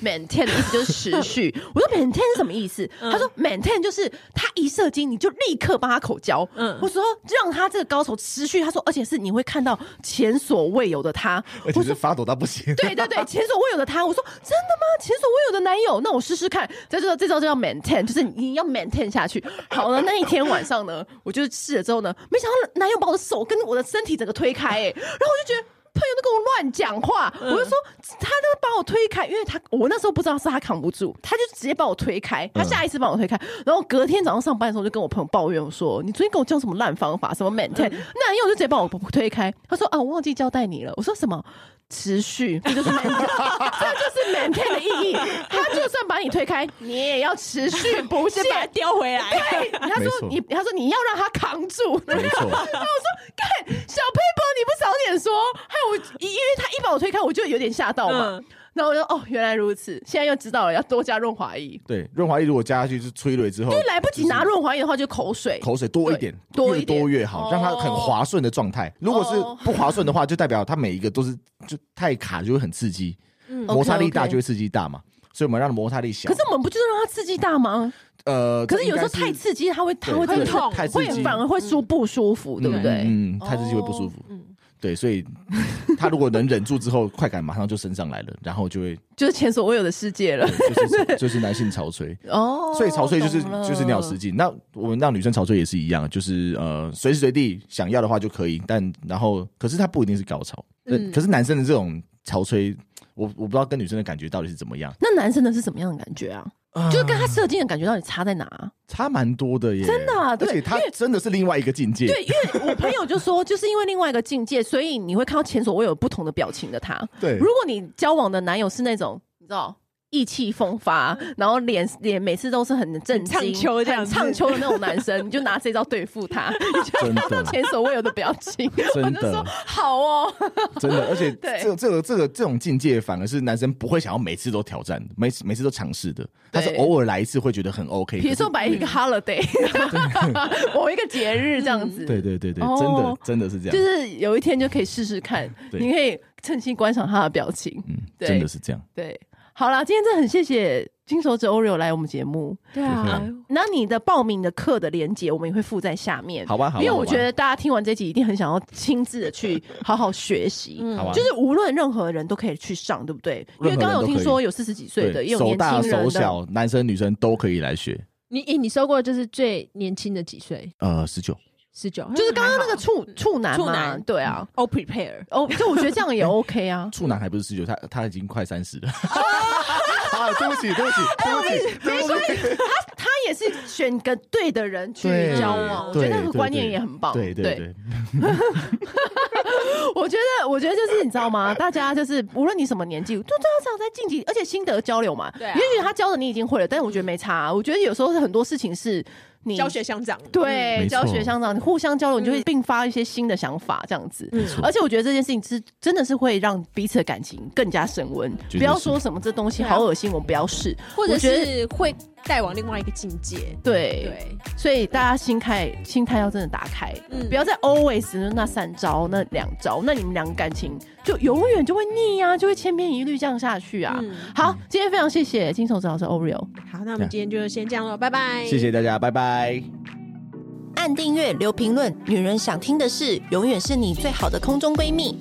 [SPEAKER 1] maintain，maintain 的意思就是持
[SPEAKER 3] <laughs>
[SPEAKER 1] 续。我说 maintain 是什么意思？
[SPEAKER 3] 嗯
[SPEAKER 1] 他说 maintain 就是他一射精你就立刻帮他口交，
[SPEAKER 2] 嗯
[SPEAKER 1] 我说让他这个高潮持续，他说，而且是你会看到前所未有的他。
[SPEAKER 3] 而且是发抖到不行，
[SPEAKER 1] 对对对，前所未有的他。我说真的吗？前所未有的男友，那我试试看。这就这招就叫 maintain，就是你要 maintain 下去。好了，那一天晚上呢，我就试了之后呢，没想到男友把我的手跟我的身体整个推开、哎，然后我就觉得。朋友都跟我乱讲话，我就说他那个把我推开，因为他我那时候不知道是他扛不住，他就直接把我推开，
[SPEAKER 3] 嗯
[SPEAKER 1] 他下一次把我推开，然后隔天早上上班的时候就跟我朋友抱怨我说：“你昨天跟我教什么烂方法，什
[SPEAKER 3] <laughs>
[SPEAKER 1] 么 maintain？” 男友就直接把我推开，他说：“啊，我忘记交代你了。”我说：“什么？”持续，这就是 maintain，这 <laughs> 就是 maintain 的意义。他就算把你推开，你也要持
[SPEAKER 3] <laughs>
[SPEAKER 1] 续不懈
[SPEAKER 2] 先。把它叼回来，
[SPEAKER 1] 他
[SPEAKER 3] 没
[SPEAKER 1] 说
[SPEAKER 3] 错
[SPEAKER 1] 你，他说你要让他扛住，
[SPEAKER 3] 没错，
[SPEAKER 1] 然后我说：“ <laughs> 干小 paper，你不早点说，害我因因为他一把我推开，我就有点吓到嘛。
[SPEAKER 2] 嗯
[SPEAKER 1] 然后我就哦，原来如此，现在又知道了，要多加润滑液。
[SPEAKER 3] 对，润滑液如果加下去是催泪之后，
[SPEAKER 1] 因为来不及
[SPEAKER 3] 就是
[SPEAKER 1] 拿润滑液的话，就口水。
[SPEAKER 3] 口水多一点，
[SPEAKER 1] 对多一
[SPEAKER 3] 越
[SPEAKER 1] 点
[SPEAKER 3] 多越好，
[SPEAKER 1] 哦
[SPEAKER 3] 让它很滑顺的状态。如果是
[SPEAKER 1] 哦
[SPEAKER 3] 不滑顺的话，就代表它每一个都是就太卡，就会很刺激，
[SPEAKER 2] 嗯
[SPEAKER 3] 摩擦力
[SPEAKER 1] OK，OK
[SPEAKER 3] 大就会刺激大嘛。所以我们让摩擦力小。
[SPEAKER 1] 可是我们不就是让它刺激大吗？
[SPEAKER 3] 呃，
[SPEAKER 1] 可是有时候
[SPEAKER 3] 这应该
[SPEAKER 1] 太
[SPEAKER 3] 是
[SPEAKER 1] 刺激，它会它
[SPEAKER 3] 对
[SPEAKER 1] 会
[SPEAKER 3] 对
[SPEAKER 1] 真的
[SPEAKER 2] 会痛
[SPEAKER 3] 太刺
[SPEAKER 1] 会
[SPEAKER 3] 激，
[SPEAKER 1] 反而会舒不舒服，对不哦对？
[SPEAKER 3] 嗯，嗯太刺激会不舒服。
[SPEAKER 2] 嗯，
[SPEAKER 3] 对，所以 <laughs> 他如果能忍住之后，快感马上就升上来了，然后就会
[SPEAKER 1] 就是前所未有的世界了。
[SPEAKER 3] 对就是就是男性潮吹。
[SPEAKER 1] 哦，
[SPEAKER 3] 所以潮吹就是
[SPEAKER 1] 懂了
[SPEAKER 3] 就是尿失禁。那我们让女生潮吹也是一样，就是呃随时随地想要的话就可以，但然后可是它不一定是高潮。
[SPEAKER 2] 嗯
[SPEAKER 3] 嗯，可是男生的这种潮吹，我我不知道跟女生的感觉到底是怎么样，
[SPEAKER 1] 那男生的是什么样的感觉啊？就是跟他射精的感觉到底差在哪啊？
[SPEAKER 3] 差蛮多的耶，真
[SPEAKER 1] 的啊对
[SPEAKER 3] 而且它真的是另外一个境界。
[SPEAKER 1] 对，因为我朋友就说，就是因为另外一个境界，所以你会看到前所未有不同的表情的他。
[SPEAKER 3] 对
[SPEAKER 1] 如果你交往的男友是那种，你知道。意气风发，
[SPEAKER 3] 嗯
[SPEAKER 1] 然后脸脸每次都是很震惊、
[SPEAKER 2] 很畅秋这样
[SPEAKER 1] 很
[SPEAKER 2] 子
[SPEAKER 1] 畅秋的那种男
[SPEAKER 3] <laughs>
[SPEAKER 1] 生，你就拿这招对付他，你就
[SPEAKER 3] 真
[SPEAKER 1] 看到
[SPEAKER 3] 的
[SPEAKER 1] 前所未有的表情。
[SPEAKER 3] <laughs> 真
[SPEAKER 1] 我就
[SPEAKER 3] 的
[SPEAKER 1] 说好
[SPEAKER 3] <laughs>
[SPEAKER 1] 哦，
[SPEAKER 3] 真的，而且
[SPEAKER 1] <laughs> 对
[SPEAKER 3] 这这个这个这种境界，反而是男生不会想要每次都挑战，每每次都尝试的，他是
[SPEAKER 1] 对
[SPEAKER 3] 偶尔来一次会觉得很 OK。
[SPEAKER 1] 比如说摆一个 holiday，某一
[SPEAKER 3] <laughs>
[SPEAKER 1] 个节日这样子，
[SPEAKER 3] 嗯对对对对，
[SPEAKER 1] 哦
[SPEAKER 3] 真的真的是这样，
[SPEAKER 1] 就是有一天就可以试试看，
[SPEAKER 3] 对
[SPEAKER 1] 你可以趁机观赏他的表情，
[SPEAKER 3] 嗯，
[SPEAKER 1] 对
[SPEAKER 3] 真的是这样。
[SPEAKER 1] 对，好啦，今天真的很谢谢金手指 Oreo 来我们节目。
[SPEAKER 2] 对啊，
[SPEAKER 1] 那你的报名的课的链接我们也会附在下面，
[SPEAKER 3] 好吧，好吧，
[SPEAKER 1] 因为
[SPEAKER 3] 好
[SPEAKER 1] 我
[SPEAKER 3] 吧
[SPEAKER 1] 觉得大家听完这集一定很想要亲自的去好好学
[SPEAKER 3] <laughs>
[SPEAKER 1] 习。
[SPEAKER 2] 嗯
[SPEAKER 3] 好吧，
[SPEAKER 1] 就是无论任何人都可以去上，对不对？因为
[SPEAKER 3] 任何人
[SPEAKER 1] 刚刚有
[SPEAKER 3] 都
[SPEAKER 1] 听
[SPEAKER 3] 可以
[SPEAKER 1] 说有四十几岁的，也有
[SPEAKER 3] 手
[SPEAKER 1] 年
[SPEAKER 3] 大
[SPEAKER 1] 轻人
[SPEAKER 3] 手
[SPEAKER 1] 的，
[SPEAKER 3] 小，男生女生都可以来学。
[SPEAKER 2] 你诶你收过就是最年轻的几岁？
[SPEAKER 3] 呃，十九，
[SPEAKER 2] 十九，
[SPEAKER 1] 就是刚刚那个处处男
[SPEAKER 2] 嗯处
[SPEAKER 1] 嘛，
[SPEAKER 2] 男嗯
[SPEAKER 1] 对啊。
[SPEAKER 2] all Oh, prepare。
[SPEAKER 1] 哦，就我觉得这样
[SPEAKER 3] <laughs>
[SPEAKER 1] 也 OK 啊。
[SPEAKER 3] 处男还不是十九，他他已经快三十了。 <laughs> 啊，对不起，对不起，对不起，
[SPEAKER 1] 哎
[SPEAKER 3] 对不起。
[SPEAKER 1] 他也是选个对的人去
[SPEAKER 3] 对
[SPEAKER 1] 交往，我觉
[SPEAKER 3] 对
[SPEAKER 1] 得那个
[SPEAKER 3] 对
[SPEAKER 1] 观
[SPEAKER 3] 对
[SPEAKER 1] 念也很棒。
[SPEAKER 3] 对对对，
[SPEAKER 1] <laughs> 我觉得，我觉得就是你知道吗？大家就是无论你什么年纪，就都要这样在晋级，而且心得交流嘛。
[SPEAKER 2] 对啊
[SPEAKER 1] 也许他教的你已经会了，但是我觉得没差啊、我觉得有时候是很多事情是你
[SPEAKER 2] 教学相长，
[SPEAKER 1] 对、
[SPEAKER 3] 嗯没错
[SPEAKER 1] 教学相长，你互相交流，你就会并发一些新的想法，这样
[SPEAKER 3] 嗯
[SPEAKER 1] 子。而且我觉得这件事情是真的是会让彼此的感情更加升温。
[SPEAKER 3] 绝对
[SPEAKER 1] 不要
[SPEAKER 3] 是
[SPEAKER 1] 说什么这东西
[SPEAKER 2] 对啊
[SPEAKER 1] 好恶心，我不要试，
[SPEAKER 2] 或者
[SPEAKER 1] 我觉得
[SPEAKER 2] 是会带往另外一个境界。
[SPEAKER 1] 对。
[SPEAKER 2] 对，
[SPEAKER 1] 所以大家心开心态要真的打开，
[SPEAKER 2] 嗯
[SPEAKER 1] 不要再 always 那三招那两招，那你们两个感情就永远就会腻啊，就会千篇一律这样下去啊。
[SPEAKER 2] 嗯
[SPEAKER 1] 好，今天非常谢谢金手指老师 Oreo，
[SPEAKER 2] 好，那我们今天就先这样了，拜拜，
[SPEAKER 3] 谢谢大家，拜拜。
[SPEAKER 1] 按订阅留评论，女人想听的事，永远是你最好的空中闺蜜。